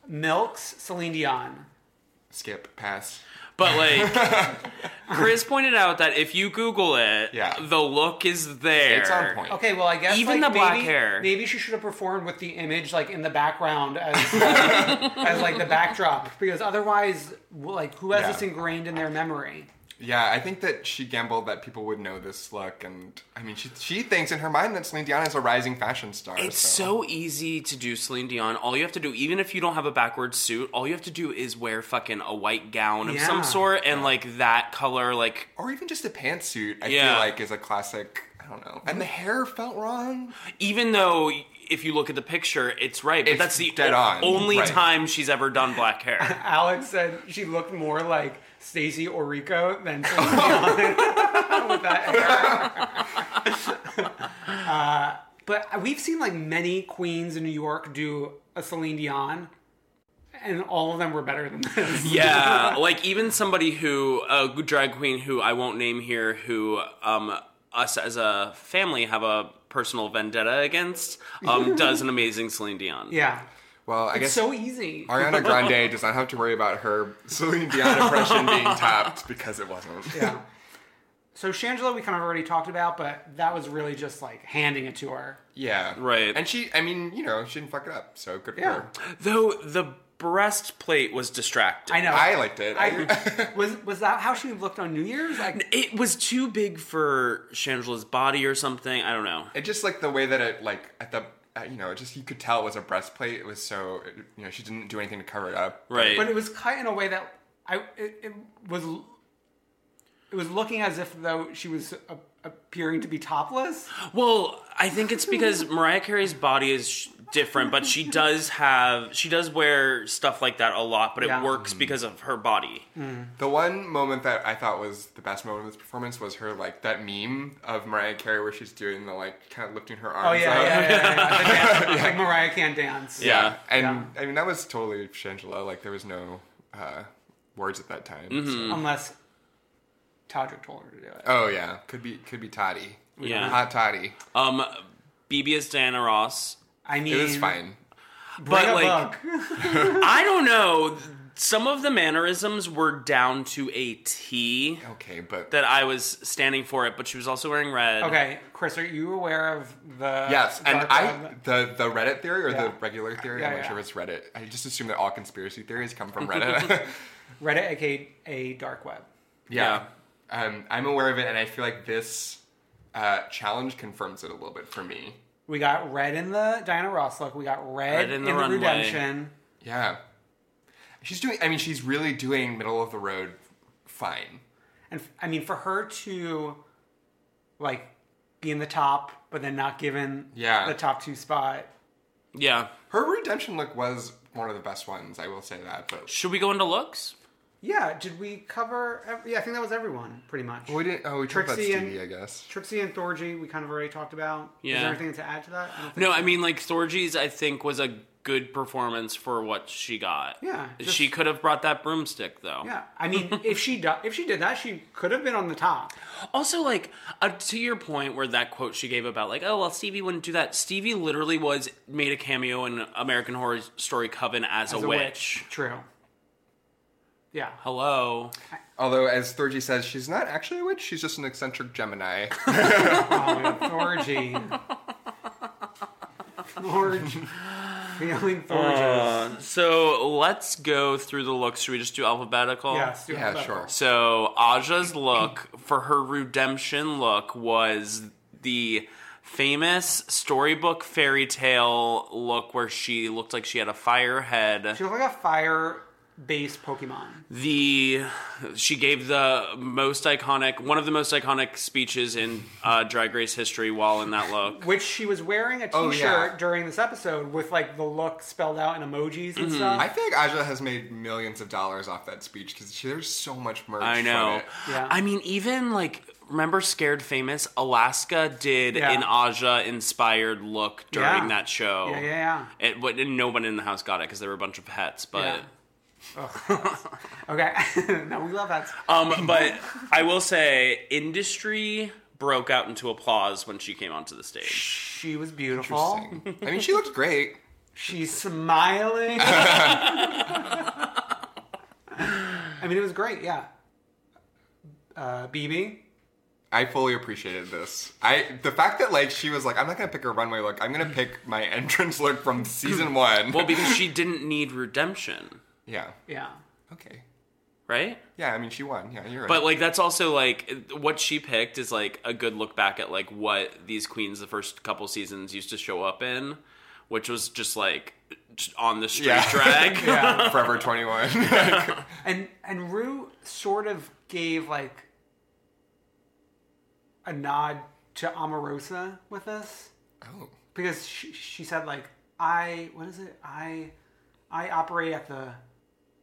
Speaker 3: Milks, Celine Dion.
Speaker 5: Skip, pass.
Speaker 2: But like, Chris pointed out that if you Google it,
Speaker 5: Yeah.
Speaker 2: the look is there.
Speaker 5: It's on point.
Speaker 3: Okay, well, I guess
Speaker 2: Even
Speaker 3: like,
Speaker 2: the black
Speaker 3: maybe,
Speaker 2: hair.
Speaker 3: Maybe she should have performed with the image like in the background as uh, as like the backdrop, because otherwise, well, like who has
Speaker 5: Yeah.
Speaker 3: this ingrained in their memory?
Speaker 5: Yeah, I think that she gambled that people would know this look, and I mean, she she thinks in her mind that Celine Dion is a rising fashion star.
Speaker 2: It's so easy to do Celine Dion. All you have to do, even if you don't have a backwards suit, all you have to do is wear fucking a white gown of
Speaker 3: Yeah.
Speaker 2: some sort and like that color, like
Speaker 5: or even just a pantsuit. I
Speaker 2: Yeah.
Speaker 5: feel like is a classic. I don't know. And the hair felt wrong.
Speaker 2: even though if you look at the picture, it's right, but
Speaker 5: It's
Speaker 2: that's the
Speaker 5: dead
Speaker 2: o-
Speaker 5: on,
Speaker 2: only
Speaker 5: right.
Speaker 2: time she's ever done black hair.
Speaker 3: Alex said she looked more like Stacy or Rico than Celine Dion with that hair. Uh, but we've seen like many queens in New York do a Celine Dion, and all of them were better than this.
Speaker 2: yeah, like even somebody who a drag queen who I won't name here who um us as a family have a personal vendetta against um does an amazing Celine Dion.
Speaker 3: yeah,
Speaker 5: Well, I guess
Speaker 3: it's so easy.
Speaker 5: Ariana Grande does not have to worry about her Celine Dion impression being topped because it wasn't.
Speaker 3: Yeah. So Shangela, we kind of already talked about, but that was really just like handing it to her.
Speaker 5: Yeah.
Speaker 2: Right.
Speaker 5: And she, I mean, you know, she didn't fuck it up, so good for
Speaker 3: Yeah.
Speaker 5: her.
Speaker 2: Though the breastplate was distracting.
Speaker 3: I know.
Speaker 5: I liked it.
Speaker 3: I, was was that how she looked on New Year's? Like,
Speaker 2: It was too big for Shangela's body or something. I don't know.
Speaker 5: It just like the way that it like at the uh, you know it just you could tell it was a breastplate. It was so you know she didn't do anything to cover it up.
Speaker 2: Right.
Speaker 3: but it was cut in a way that I it, it was it was looking as if though she was a, appearing to be topless.
Speaker 2: well, I think it's because Mariah Carey's body is sh- different, but she does have she does wear stuff like that a lot, but it
Speaker 3: Yeah.
Speaker 2: works because of her body.
Speaker 5: The one moment that I thought was the best moment of this performance was her like that meme of Mariah Carey where she's doing the like kind of lifting her
Speaker 3: Oh
Speaker 5: arms.
Speaker 3: yeah,
Speaker 5: up.
Speaker 3: yeah, yeah. yeah, yeah. The dance. Like Mariah can't dance.
Speaker 2: Yeah.
Speaker 5: And
Speaker 3: Yeah.
Speaker 5: I mean that was totally Shangela. Like there was no uh, words at that time.
Speaker 2: Mm-hmm.
Speaker 5: so-
Speaker 3: unless Todrick told her to do it.
Speaker 5: Oh yeah, could be could be Toddy.
Speaker 2: Yeah.
Speaker 5: Hot Toddy.
Speaker 2: Um BB is Diana Ross.
Speaker 3: I mean,
Speaker 5: It was fine.
Speaker 3: bring uh,
Speaker 2: But
Speaker 3: a
Speaker 2: like
Speaker 3: book.
Speaker 2: I don't know. Some of the mannerisms were down to a T
Speaker 5: Okay, but
Speaker 2: that I was standing for it, but she was also wearing red.
Speaker 3: okay, Chris, are you aware of the?
Speaker 5: Yes, and
Speaker 3: dark web?
Speaker 5: I the the Reddit theory or
Speaker 3: Yeah.
Speaker 5: the regular theory.
Speaker 3: Yeah,
Speaker 5: I'm not
Speaker 3: yeah.
Speaker 5: sure if it's Reddit. I just assume that all conspiracy theories come from Reddit.
Speaker 3: Reddit, aka a dark web.
Speaker 5: yeah, Um, I'm aware of it, and I feel like this uh, challenge confirms it a little bit for me.
Speaker 3: We got red in the Diana Ross look. We got red,
Speaker 2: Red
Speaker 3: in
Speaker 2: in
Speaker 3: the,
Speaker 2: the runway.
Speaker 3: redemption.
Speaker 5: Yeah, she's doing. I mean, she's really doing middle of the road fine.
Speaker 3: And f- I mean, for her to like be in the top, but then not given
Speaker 5: Yeah.
Speaker 3: the top two spot.
Speaker 2: Yeah.
Speaker 5: Her redemption look was one of the best ones. I will say that, but
Speaker 2: Should we go into looks?
Speaker 3: Yeah, did we cover? ev- Yeah, I think that was everyone pretty much.
Speaker 5: we didn't. Oh, we talked about
Speaker 3: Trixie and-
Speaker 5: Stevie, I guess.
Speaker 3: Trixie and Thorgy, we kind of already talked about. Is
Speaker 2: Yeah.
Speaker 3: there anything to add to that? I don't think
Speaker 2: No,
Speaker 3: so.
Speaker 2: I mean like Thorgy's I think was a good performance for what she got.
Speaker 3: Yeah, just-
Speaker 2: she could have brought that broomstick though.
Speaker 3: Yeah, I mean, if she do- if she did that, she could have been on the top.
Speaker 2: Also, like uh, to your point, where that quote she gave about like, oh well, Stevie wouldn't do that. Stevie literally was made a cameo in American Horror Story Coven as,
Speaker 3: as
Speaker 2: a, witch.
Speaker 3: True. Yeah.
Speaker 2: Hello.
Speaker 5: Although, as Thorgy says, she's not actually a witch. She's just an eccentric Gemini.
Speaker 3: Thorgy. Thorgy. Feeling
Speaker 5: Uh,
Speaker 3: Thorgy.
Speaker 2: So let's go through the looks. Should we just do alphabetical?
Speaker 3: yes. do
Speaker 5: yeah,
Speaker 3: that.
Speaker 5: sure.
Speaker 2: So Aja's look for her redemption look was the famous storybook fairy tale look where she looked like she had a fire head.
Speaker 3: She looked like a fire-based Pokemon.
Speaker 2: The she gave the most iconic one of the most iconic speeches in uh, Drag Race history while in that look.
Speaker 3: Which she was wearing a t-shirt
Speaker 5: Oh, yeah.
Speaker 3: during this episode with like the look spelled out in emojis and stuff.
Speaker 5: Mm-hmm. I feel like Aja has made millions of dollars off that speech because there's so much merch.
Speaker 2: I
Speaker 5: from
Speaker 2: know.
Speaker 5: it.
Speaker 3: Yeah.
Speaker 2: I mean, even like remember Scared Famous Alaska did
Speaker 3: Yeah.
Speaker 2: an Aja inspired look during
Speaker 3: Yeah.
Speaker 2: that show.
Speaker 3: yeah, yeah,
Speaker 2: It, but no one in the house got it because there were a bunch of pets. But
Speaker 3: yeah. Okay. no, we love that.
Speaker 5: Uh,
Speaker 2: um, but I will say, industry broke out into applause when she came onto the stage.
Speaker 3: She was beautiful.
Speaker 5: I mean, she looked great.
Speaker 3: She's smiling. I mean, it was great. Yeah. Uh, BB.
Speaker 5: I fully appreciated this. I the fact that like she was like, I'm not gonna pick a runway look. I'm gonna pick my entrance look from season one.
Speaker 2: Well, because she didn't need redemption,
Speaker 5: yeah.
Speaker 3: Yeah.
Speaker 5: Okay.
Speaker 2: right?
Speaker 5: Yeah, I mean she won. Yeah, you're right.
Speaker 2: But like that's also like what she picked is like a good look back at like what these queens the first couple seasons used to show up in, which was just like just on the street
Speaker 5: Yeah.
Speaker 2: drag.
Speaker 5: yeah, Forever 21.
Speaker 3: And and Rue sort of gave like a nod to Amorosa with this
Speaker 5: oh,
Speaker 3: because she, she said like I what is it I I operate at the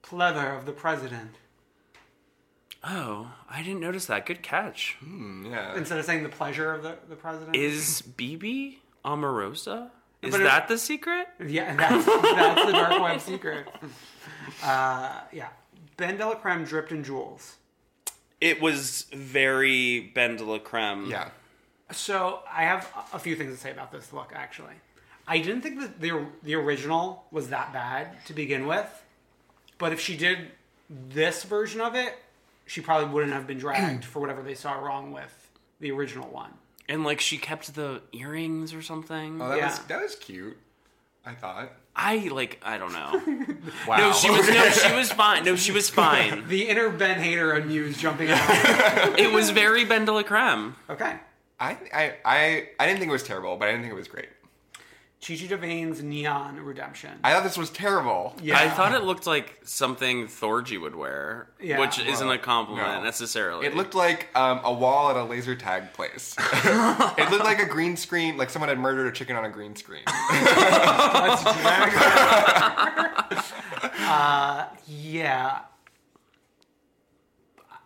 Speaker 3: pleather of the president
Speaker 2: Oh, I didn't notice that. Good catch.
Speaker 5: yeah.
Speaker 3: instead of saying the pleasure of the, the president.
Speaker 2: Is BB Amorosa? Is
Speaker 3: But it-
Speaker 2: that the secret?
Speaker 3: Yeah, and that's, that's the dark web secret. Uh, yeah. Ben Delacreme dripped in jewels.
Speaker 2: It was very Ben de la Creme.
Speaker 5: Yeah.
Speaker 3: So I have a- a few things to say about this look, actually. I didn't think that the, the original was that bad to begin with, but if she did this version of it, she probably wouldn't have been dragged for whatever they saw wrong with the original one.
Speaker 2: And like she kept the earrings or something.
Speaker 5: Well, Oh, that was
Speaker 3: Yeah.
Speaker 5: that was cute. I thought.
Speaker 2: I like I don't know.
Speaker 5: Wow.
Speaker 2: No, she was no, she was fine. No, she was fine.
Speaker 3: The inner Ben Hater on you is jumping out.
Speaker 2: It was very Ben de la Creme.
Speaker 3: okay.
Speaker 5: I, I I I didn't think it was terrible, but I didn't think it was great.
Speaker 3: Gigi Devane's Neon Redemption.
Speaker 5: I thought this was terrible.
Speaker 3: yeah.
Speaker 2: I thought it looked like something Thorgy would wear,
Speaker 3: Yeah.
Speaker 2: which isn't a compliment
Speaker 5: no.
Speaker 2: necessarily.
Speaker 5: It looked like um, a wall at a laser tag place. it looked like a green screen, like someone had murdered a chicken on a green screen.
Speaker 3: That's drag. uh, yeah.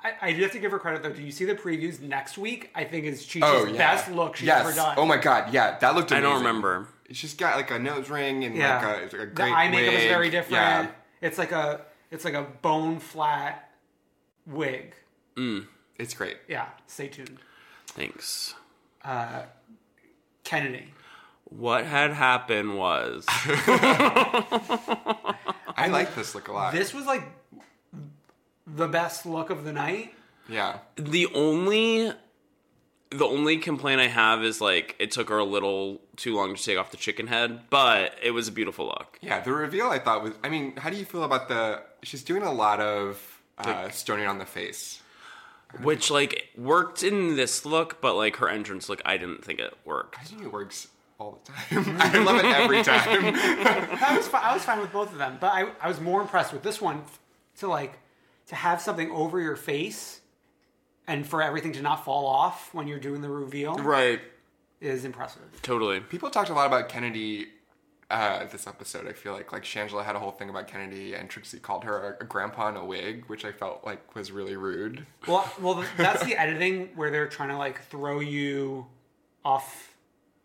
Speaker 3: I, I do have to give her credit though. Do you see the previews next week? I think is Chichi's best look she's
Speaker 5: Oh, yes.
Speaker 3: ever done.
Speaker 5: Oh my god, yeah, that looked.
Speaker 2: I
Speaker 5: Amazing.
Speaker 2: don't remember.
Speaker 5: She's got like a nose ring and
Speaker 3: Yeah.
Speaker 5: like a, it's like a
Speaker 3: the
Speaker 5: great
Speaker 3: eye makeup is
Speaker 5: wig.
Speaker 3: very different.
Speaker 5: Yeah.
Speaker 3: It's like a it's like a bone flat wig.
Speaker 5: It's great.
Speaker 3: Yeah. Stay tuned.
Speaker 2: Thanks.
Speaker 3: Kennedy.
Speaker 2: What had happened was
Speaker 5: I like this look a lot.
Speaker 3: This was like the best look of the night.
Speaker 5: yeah.
Speaker 2: the only the only complaint I have is like it took her a little too long to take off the chicken head, but it was a beautiful look.
Speaker 5: Yeah, the reveal I thought was. I mean, how do you feel about the? She's doing a lot of uh, stoning on the face.
Speaker 2: Which like worked in this look, but like her entrance look I didn't think it worked.
Speaker 5: I think it works all the time. I love it every time.
Speaker 3: I was, fi- I was fine with both of them, but I, I was more impressed with this one to like to have something over your face and for everything to not fall off when you're doing the reveal
Speaker 5: right.
Speaker 3: is impressive.
Speaker 2: Totally.
Speaker 5: People talked a lot about Kennedy uh, this episode. I feel like like Shangela had a whole thing about Kennedy, and Trixie called her a, a grandpa in a wig, which I felt like was really rude.
Speaker 3: Well, well, that's the editing where they're trying to like throw you off,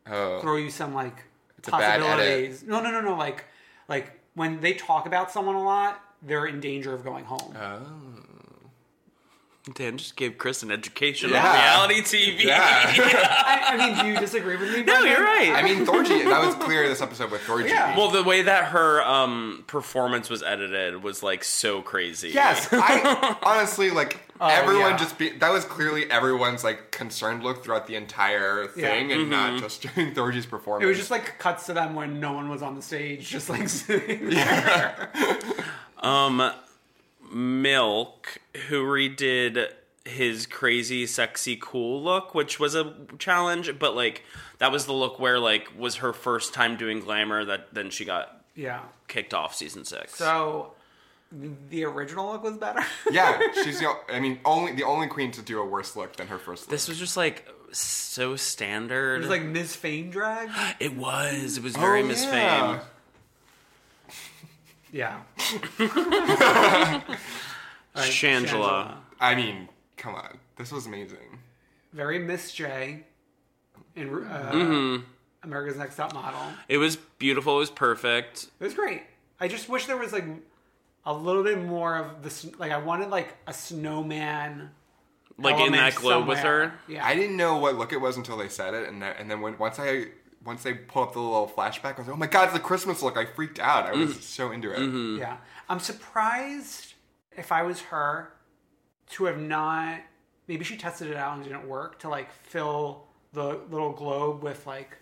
Speaker 3: throw you some like
Speaker 5: Oh. a bad edit.
Speaker 3: possibilities. No, no, no, no. Like, like when they talk about someone a lot, they're in danger of going home.
Speaker 5: Uh.
Speaker 2: Dan just gave Chris an education
Speaker 5: Yeah.
Speaker 2: on reality TV.
Speaker 3: I, I mean, do you disagree with me?
Speaker 2: No,
Speaker 3: Brendan?
Speaker 2: you're right.
Speaker 5: I mean, Thorgy. that was clear this episode with Thorgy.
Speaker 2: Well, the way that her um, performance was edited was like so crazy.
Speaker 5: Yes, I honestly like
Speaker 2: Oh,
Speaker 5: everyone
Speaker 3: yeah.
Speaker 5: just be that was clearly everyone's like concerned look throughout the entire thing and
Speaker 2: Mm-hmm.
Speaker 5: not just during Thorgy's performance.
Speaker 3: It was just like cuts to them when no one was on the stage, just like sitting.
Speaker 2: Um, Milk, who redid his crazy, sexy, cool look, which was a challenge, but like that was the look where like was her first time doing glamour. That then she got
Speaker 3: Yeah.
Speaker 2: kicked off season six.
Speaker 3: So um, the original look was better.
Speaker 5: Yeah, she's the I mean only the only queen to do a worse look than her first look.
Speaker 2: this was just like so standard.
Speaker 3: It was like Oh, Ms. Fame drag.
Speaker 2: it was. It was very Miss
Speaker 5: yeah.
Speaker 2: Fame.
Speaker 3: Yeah.
Speaker 2: Shangela.
Speaker 5: I mean, come on. This was amazing.
Speaker 3: Very Miss J in uh,
Speaker 2: Mm-hmm.
Speaker 3: America's Next Top Model.
Speaker 2: It was beautiful. It was perfect.
Speaker 3: It was great. I just wish there was like a little bit more of this. Like I wanted like a snowman.
Speaker 2: Like in
Speaker 3: element
Speaker 2: that globe with
Speaker 3: somewhere.
Speaker 2: her.
Speaker 3: Yeah.
Speaker 5: I didn't know what look it was until they said it and that, and then when once I once they pull up the little flashback, I was like,
Speaker 2: Mm-hmm.
Speaker 5: "Oh Hmm. my god, it's the Christmas look!" I freaked out. I was so into it.
Speaker 3: Yeah. I'm surprised if I was her, to have not maybe she tested it out and didn't work to like fill the little globe with like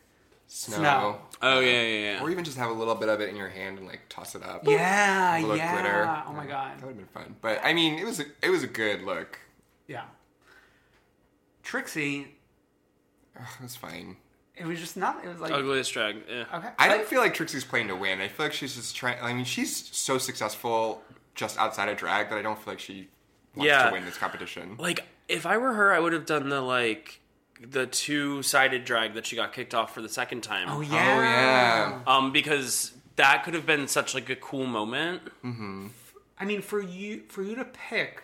Speaker 5: Snow.
Speaker 3: Snow.
Speaker 2: Oh yeah, yeah,
Speaker 5: Or
Speaker 2: yeah.
Speaker 5: even just have a little bit of it in your hand and like toss it up.
Speaker 3: yeah
Speaker 5: A little
Speaker 3: yeah
Speaker 5: glitter.
Speaker 3: oh my
Speaker 5: That
Speaker 3: god
Speaker 5: would have been fun. But I mean, it was a, it was a good look.
Speaker 3: yeah Trixie
Speaker 5: Ugh, it was fine.
Speaker 3: it was just not it was like
Speaker 2: Ugliest drag. Yeah.
Speaker 3: okay
Speaker 5: I don't feel like Trixie's playing to win. I feel like she's just trying. I mean, she's so successful just outside of drag that I don't feel like she wants
Speaker 2: Yeah.
Speaker 5: to win this competition.
Speaker 2: Like if I were her, I would have done the like the two sided drag that she got kicked off for the second time.
Speaker 3: oh yeah
Speaker 5: Oh yeah,
Speaker 2: Um, because that could have been such like a cool moment.
Speaker 3: I mean, for you for you to pick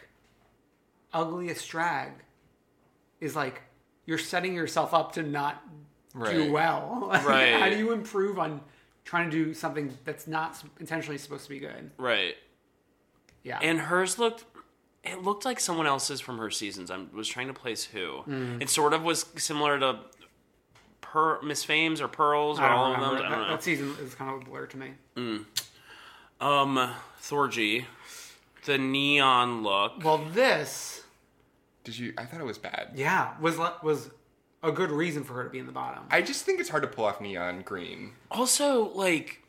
Speaker 3: ugliest drag is like you're setting yourself up to not
Speaker 5: Right.
Speaker 3: do well. Like,
Speaker 2: Right.
Speaker 3: How do you improve on trying to do something that's not s- intentionally supposed to be good?
Speaker 2: Right.
Speaker 3: Yeah.
Speaker 2: And hers looked. It looked like someone else's from her seasons. I was trying to place who.
Speaker 3: Mm.
Speaker 2: It sort of was similar to per Miss Fames or Pearls or
Speaker 3: I don't
Speaker 2: all
Speaker 3: remember.
Speaker 2: of them. I
Speaker 3: that,
Speaker 2: don't know.
Speaker 3: that season is kind of a blur to me.
Speaker 2: Um, Thorgy, the neon look.
Speaker 3: Well, this
Speaker 5: Did you? I thought it was bad.
Speaker 3: yeah was le- was a good reason for her to be in the bottom.
Speaker 5: I just think it's hard to pull off neon green.
Speaker 2: Also, like,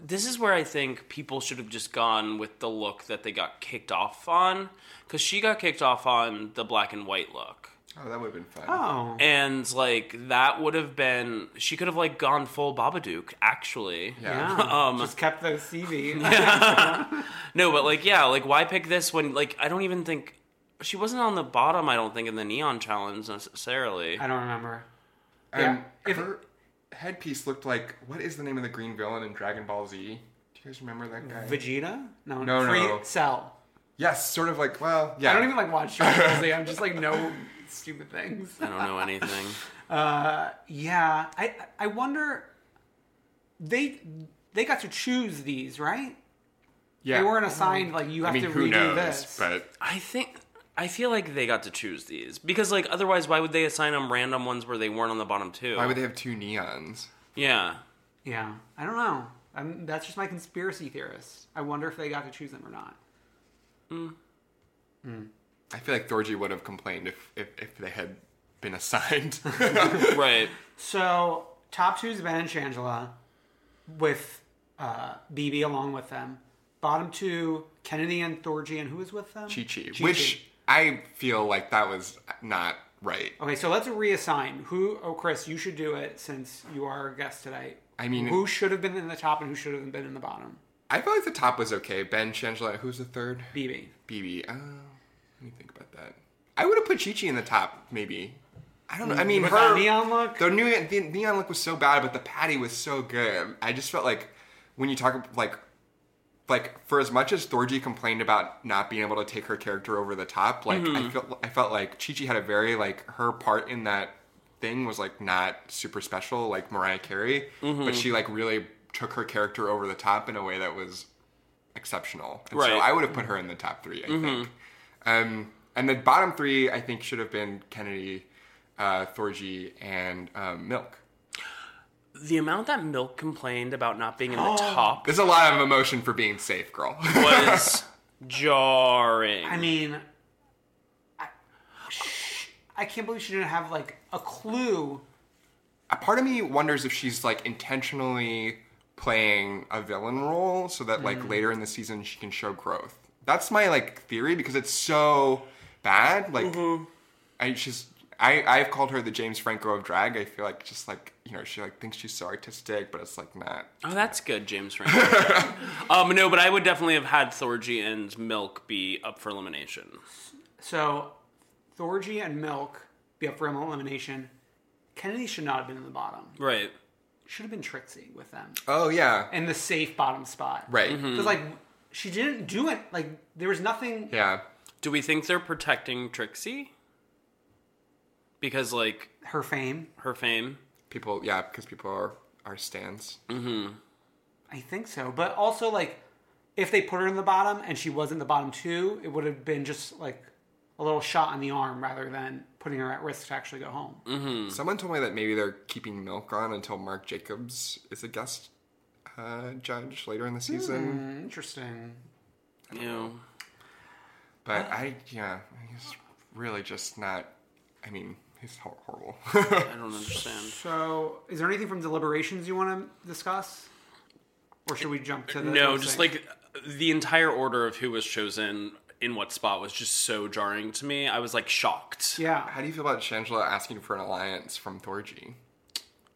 Speaker 2: this is where I think people should have just gone with the look that they got kicked off on, because she got kicked off on the black and white look.
Speaker 5: Oh, that would have been fun.
Speaker 3: oh
Speaker 2: And like that would have been she could have like gone full Babadook actually.
Speaker 5: Yeah.
Speaker 3: um, just kept the CV.
Speaker 2: No, but like yeah, like why pick this when like I don't even think she wasn't on the bottom. I don't think in the neon challenge necessarily.
Speaker 3: I don't remember.
Speaker 5: Um,
Speaker 3: Yeah. If-
Speaker 5: her headpiece looked like what is the name of the green villain in Dragon Ball Z? Do you guys remember that guy?
Speaker 3: Vegeta? No,
Speaker 5: No,
Speaker 3: free
Speaker 5: no.
Speaker 3: cell.
Speaker 5: yes, sort of like well, yeah.
Speaker 3: I don't even like watch Dragon Ball Z. I'm just like no stupid things.
Speaker 2: I don't know anything.
Speaker 3: Yeah, I I wonder. They they got to choose these, right?
Speaker 5: Yeah.
Speaker 3: They weren't assigned like you
Speaker 5: I
Speaker 3: have
Speaker 5: mean,
Speaker 3: to
Speaker 5: who
Speaker 3: redo
Speaker 5: knows?
Speaker 3: this.
Speaker 5: But
Speaker 2: I think I feel like they got to choose these because like otherwise why would they assign them random ones where they weren't on the bottom two?
Speaker 5: why would they have two neons?
Speaker 2: Yeah.
Speaker 3: yeah, I don't know. I'm, that's just my conspiracy theorist. I wonder if they got to choose them or not.
Speaker 5: I feel like Thorgy would have complained if if, if they had been assigned.
Speaker 2: Right.
Speaker 3: So top two is Ben and Shangela, with uh, BB along with them. Bottom two, Kennedy and Thorgy, and who is with them?
Speaker 5: Chi Chi, which I feel like that was not right.
Speaker 3: Okay, so let's reassign. Who? Oh, Chris, you should do it since you are our guest tonight.
Speaker 5: I mean-
Speaker 3: who should have been in the top and who should have been in the bottom?
Speaker 5: I feel like the top was okay. Ben, Shangela, who's the third?
Speaker 3: BB.
Speaker 5: BB. Uh, let me think about that. I would have put Chi Chi in the top, maybe. I don't know. I mean,
Speaker 3: Mm, With
Speaker 5: her
Speaker 3: that neon look?
Speaker 5: The neon, the neon look was so bad, but the patty was so good. I just felt like when you talk like like for as much as Thorgy complained about not being able to take her character over the top, like I felt I felt like Chi Chi had a very like her part in that thing was like not super special, like Mariah Carey, but she like really took her character over the top in a way that was exceptional. And So
Speaker 2: Right.
Speaker 5: I would have put her in the top three, I think. Um, and the bottom three, I think, should have been Kennedy, uh, Thorgy, and um, Milk.
Speaker 2: The amount that Milk complained about not being in the top
Speaker 5: There's a lot of emotion for being safe, girl.
Speaker 2: was jarring.
Speaker 3: I mean, I, sh- I can't believe she didn't have like a clue.
Speaker 5: a part of me wonders if she's like intentionally playing a villain role so that like later in the season she can show growth. That's my like theory because it's so bad. Like I she's I I've called her the James Franco of drag. I feel like just like you know she like thinks she's so artistic, but it's like not.
Speaker 2: Oh, that's good, James Franco. um, no, but I would definitely have had Thorgy and Milk be up for elimination.
Speaker 3: So, Thorgy and Milk be up for elimination. Kennedy should not have been in the bottom.
Speaker 2: Right.
Speaker 3: Should have been Trixie with them
Speaker 5: Oh yeah, Mm-hmm.
Speaker 3: in the safe bottom spot.
Speaker 5: right.
Speaker 3: Because like she didn't do it. Like there was nothing.
Speaker 5: Yeah,
Speaker 2: Do we think they're protecting Trixie? Because like
Speaker 3: Her fame.
Speaker 2: her fame.
Speaker 5: people. Yeah, because people are are stands.
Speaker 3: I think so. But also, like, if they put her in the bottom and she was in the bottom two, it would have been just like a little shot on the arm rather than putting her at risk to actually go home.
Speaker 5: Mm. Someone told me that maybe they're keeping Milk on until Mark Jacobs is a guest uh, judge later in the season.
Speaker 3: Interesting.
Speaker 2: You know.
Speaker 3: Uh,
Speaker 5: But I, yeah, he's really just not. I mean, he's hor- horrible.
Speaker 2: I don't understand.
Speaker 3: So, is there anything from deliberations you want to discuss, or should we jump to the?
Speaker 2: No,
Speaker 3: those
Speaker 2: just
Speaker 3: things?
Speaker 2: like the entire order of who was chosen in what spot was just so jarring to me. I was like shocked.
Speaker 3: yeah.
Speaker 5: How do you feel about Shangela asking for an alliance from Thorgy?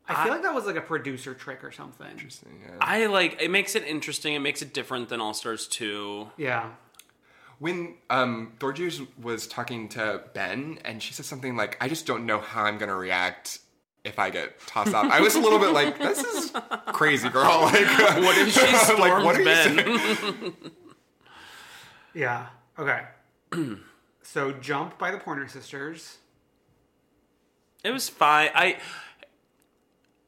Speaker 3: I feel like that was like a producer trick or something.
Speaker 5: Interesting, yeah.
Speaker 2: I like it makes it interesting. It makes it different than All Stars Two.
Speaker 3: Yeah.
Speaker 5: When um, Thorgy was talking to Ben, and she said something like, "I just don't know how I'm gonna react if I get tossed out." I was a little bit like, "This is crazy, girl." Like,
Speaker 2: What if she storms
Speaker 5: like, what are you
Speaker 2: Ben?
Speaker 3: Yeah. Okay. so, jump by the Pointer Sisters.
Speaker 2: it was fine. I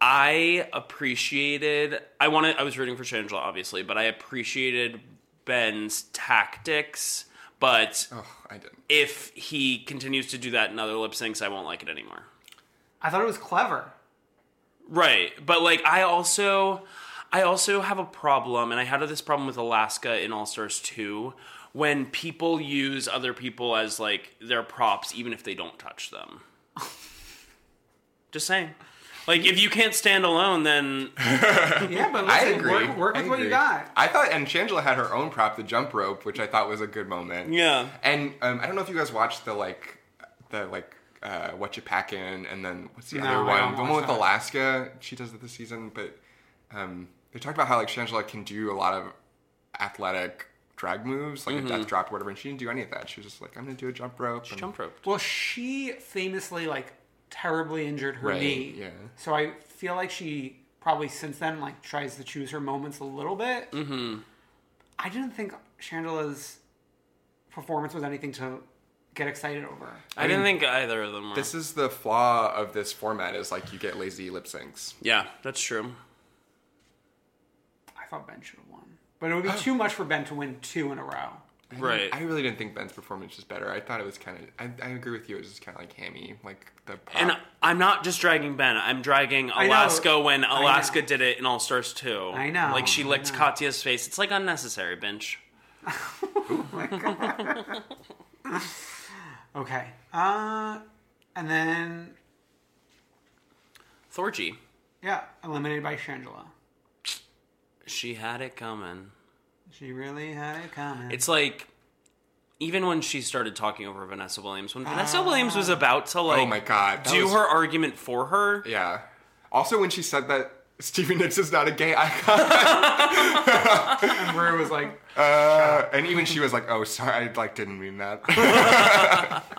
Speaker 2: I appreciated. I wanted. I was rooting for Shangela, obviously, but I appreciated Ben's tactics. But
Speaker 5: Oh, I didn't.
Speaker 2: if he continues to do that in other lip syncs, I won't like it anymore.
Speaker 3: I thought it was clever.
Speaker 2: Right. But like I also I also have a problem and I had this problem with Alaska in All Stars 2 when people use other people as like their props even if they don't touch them. Just saying. Like if you can't stand alone then
Speaker 3: Yeah, but
Speaker 5: I
Speaker 3: listen,
Speaker 5: agree.
Speaker 3: Work, work
Speaker 5: I
Speaker 3: with what you
Speaker 5: agree.
Speaker 3: got.
Speaker 5: I thought, and Shangela had her own prop, the jump rope, which I thought was a good moment.
Speaker 2: Yeah.
Speaker 5: And um, I don't know if you guys watched the like, the like, uh, what you pack in, and then what's the
Speaker 3: No,
Speaker 5: other
Speaker 3: I don't
Speaker 5: one? The one
Speaker 3: watch
Speaker 5: with
Speaker 3: that.
Speaker 5: Alaska. She does it this season, but um, they talked about how like Shangela can do a lot of athletic drag moves, like
Speaker 3: Mm-hmm.
Speaker 5: a death drop or whatever, and she didn't do any of that. She was just like, I'm gonna do a jump rope. and-
Speaker 2: jump rope.
Speaker 3: Well, she famously like terribly injured her
Speaker 5: Right,
Speaker 3: knee.
Speaker 5: yeah.
Speaker 3: So I feel like she probably since then like tries to choose her moments a little bit. Mm-hmm. I didn't think Chandela's performance was anything to get excited over.
Speaker 2: I, didn't think either of them were.
Speaker 5: This is the flaw of this format: is like you get lazy lip syncs.
Speaker 2: yeah, that's true.
Speaker 3: I thought Ben should have won, but it would be too much for Ben to win two in a row.
Speaker 2: Right.
Speaker 5: I really didn't think Ben's performance was better. I thought it was kind of. I, I agree with you. It was just kind of like hammy, like the. Prop.
Speaker 2: and I'm not just dragging Ben. I'm dragging
Speaker 3: know.
Speaker 2: Alaska when
Speaker 3: I
Speaker 2: Alaska
Speaker 3: know.
Speaker 2: did it in All Stars 2.
Speaker 3: I know,
Speaker 2: Like she
Speaker 3: I
Speaker 2: licked
Speaker 3: know.
Speaker 2: Katya's face. It's like unnecessary, bench.
Speaker 3: Okay. Uh, and then
Speaker 2: Thorgy.
Speaker 3: yeah, eliminated by Shangela.
Speaker 2: She had it coming.
Speaker 3: She really had it coming.
Speaker 2: It's like even when she started talking over Vanessa Williams, when Vanessa Williams was about to like
Speaker 5: oh my god, that
Speaker 2: do
Speaker 5: was-
Speaker 2: her argument for her,
Speaker 5: Yeah. Also, when she said that Stevie Nicks is not a gay icon,
Speaker 3: and Rue was like,
Speaker 5: uh, and even she was like, "Oh, sorry, I like didn't mean that."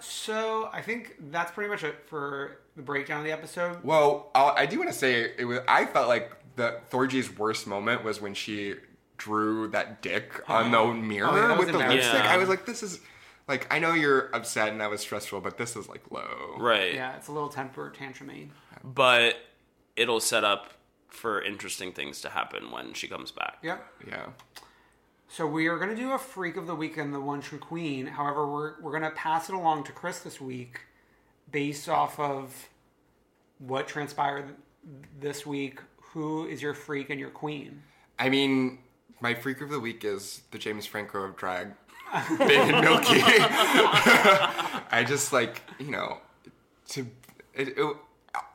Speaker 3: So I think that's pretty much it for the breakdown of the episode.
Speaker 5: well, I'll, I do want to say it was. I felt like the Thorgy's worst moment was when she drew that dick on the mirror
Speaker 3: Oh, yeah, that was
Speaker 5: with the
Speaker 3: embarrassing.
Speaker 5: lipstick.
Speaker 2: Yeah.
Speaker 5: I was like, "This is like I know you're upset and that was stressful, but this is like low."
Speaker 2: right?
Speaker 3: Yeah, it's a little temper tantrumy.
Speaker 2: But it'll set up for interesting things to happen when she comes back.
Speaker 3: Yep.
Speaker 5: Yeah.
Speaker 3: So we are going to do a freak of the week and the one true queen. However, we're we're going to pass it along to Chris this week, based off of what transpired this week. Who is your freak and your queen?
Speaker 5: I mean, my freak of the week is the James Franco of drag, Big and Milky. I just like you know, to it, it,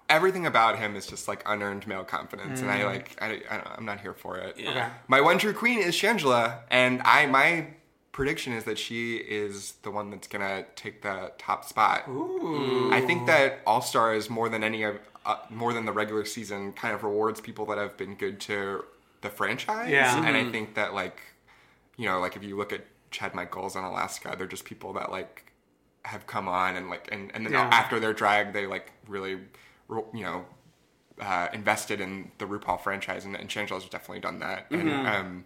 Speaker 5: everything about him is just like unearned male confidence, and I like I, I don't, I'm not here for it.
Speaker 3: Okay.
Speaker 5: My one true queen is Shangela, and I my prediction is that she is the one that's gonna take the top spot. I think that All Stars more than any of uh, more than the regular season kind of rewards people that have been good to the franchise.
Speaker 3: Yeah.
Speaker 5: and I think that like you know like if you look at Chad Michaels on Alaska, they're just people that like have come on and like and and then
Speaker 3: Yeah.
Speaker 5: after their drag, they like really you know uh, invested in the RuPaul franchise, and, and Shangela's definitely done that. And
Speaker 3: Mm-hmm.
Speaker 5: um,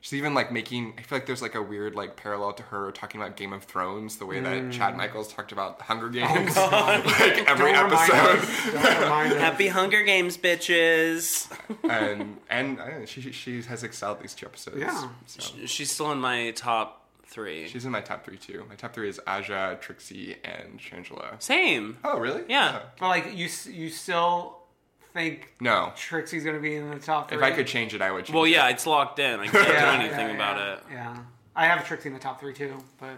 Speaker 5: she's even like making. I feel like there's like a weird like parallel to her talking about Game of Thrones, the way
Speaker 3: Mm.
Speaker 5: that Chad Michaels talked about
Speaker 3: Oh,
Speaker 5: Hunger Games, like every
Speaker 3: Don't remind
Speaker 5: episode.
Speaker 3: us. Don't remind us.
Speaker 2: Happy Hunger Games, bitches.
Speaker 5: and and I don't know, she she- she has excelled these two episodes.
Speaker 3: Yeah.
Speaker 5: So.
Speaker 2: She's still in my top three.
Speaker 5: She's in my top three too. My top three is Aja, Trixie, and Shangela.
Speaker 2: Same.
Speaker 5: Oh really?
Speaker 2: Yeah.
Speaker 5: Oh.
Speaker 3: But like you, s- you still think
Speaker 5: No.
Speaker 3: Trixie's going to be in the top three?
Speaker 5: If I Mm. could change it, I would. Change
Speaker 2: Well,
Speaker 5: it.
Speaker 2: yeah, it's locked in. I can't
Speaker 3: Yeah,
Speaker 2: do anything
Speaker 3: yeah,
Speaker 2: about
Speaker 3: yeah,
Speaker 2: it.
Speaker 3: Yeah. I have Trixie in the top three too, but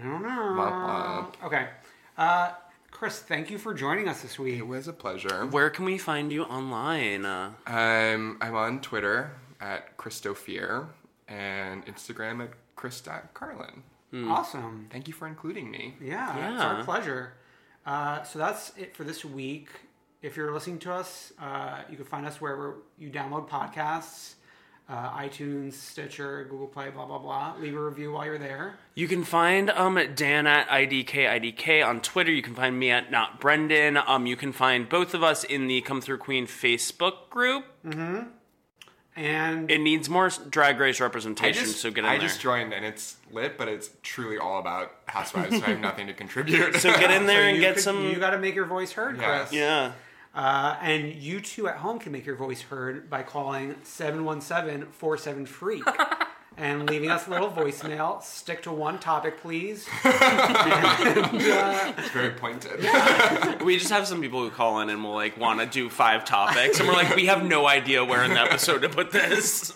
Speaker 3: I don't know.
Speaker 5: Uh, Womp
Speaker 3: Okay, uh, Chris, thank you for joining us this week.
Speaker 5: It was a pleasure.
Speaker 2: Where can we find you online? Uh,
Speaker 5: Um, I'm on Twitter at Christophier and Instagram at Chris.Carlin.
Speaker 3: Awesome.
Speaker 5: Thank you for including me.
Speaker 3: Yeah, it's our
Speaker 2: Mm-hmm. Yeah.
Speaker 3: pleasure. Uh, so that's it for this week. If you're listening to us, uh, you can find us wherever you download podcasts uh, iTunes, Stitcher, Google Play, blah, blah, blah. Leave a review while you're there.
Speaker 2: You can find um, Dan at IDKIDK on Twitter. You can find me at Not Brendan. Um, you can find both of us in the Come Through Queen Facebook group.
Speaker 3: And
Speaker 2: It needs more s- drag race
Speaker 5: I
Speaker 2: representation,
Speaker 5: just,
Speaker 2: so get in
Speaker 5: I
Speaker 2: there.
Speaker 5: just joined and it's lit, but it's truly all about housewives, so I have nothing to contribute.
Speaker 2: so get in there
Speaker 3: so
Speaker 2: and
Speaker 3: you
Speaker 2: get
Speaker 3: could-
Speaker 2: some.
Speaker 3: You got to make your voice heard,
Speaker 5: Yes.
Speaker 3: Chris.
Speaker 2: yeah.
Speaker 3: Uh, and you too at home can make your voice heard by calling 717 47 Freak and leaving us a little voicemail. Stick to one topic, please.
Speaker 5: it's very pointed.
Speaker 2: We just have some people who call in and will like want to do five topics, and we're like, we have no idea where in the episode to put this.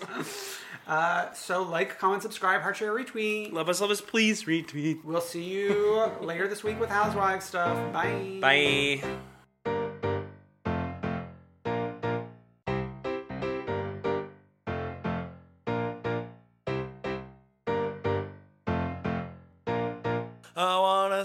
Speaker 3: So, like, comment, subscribe, heart share, retweet.
Speaker 2: Love us, love us, please retweet.
Speaker 3: We'll see you later this week with Housewives stuff. Bye.
Speaker 2: Bye.
Speaker 6: I wanna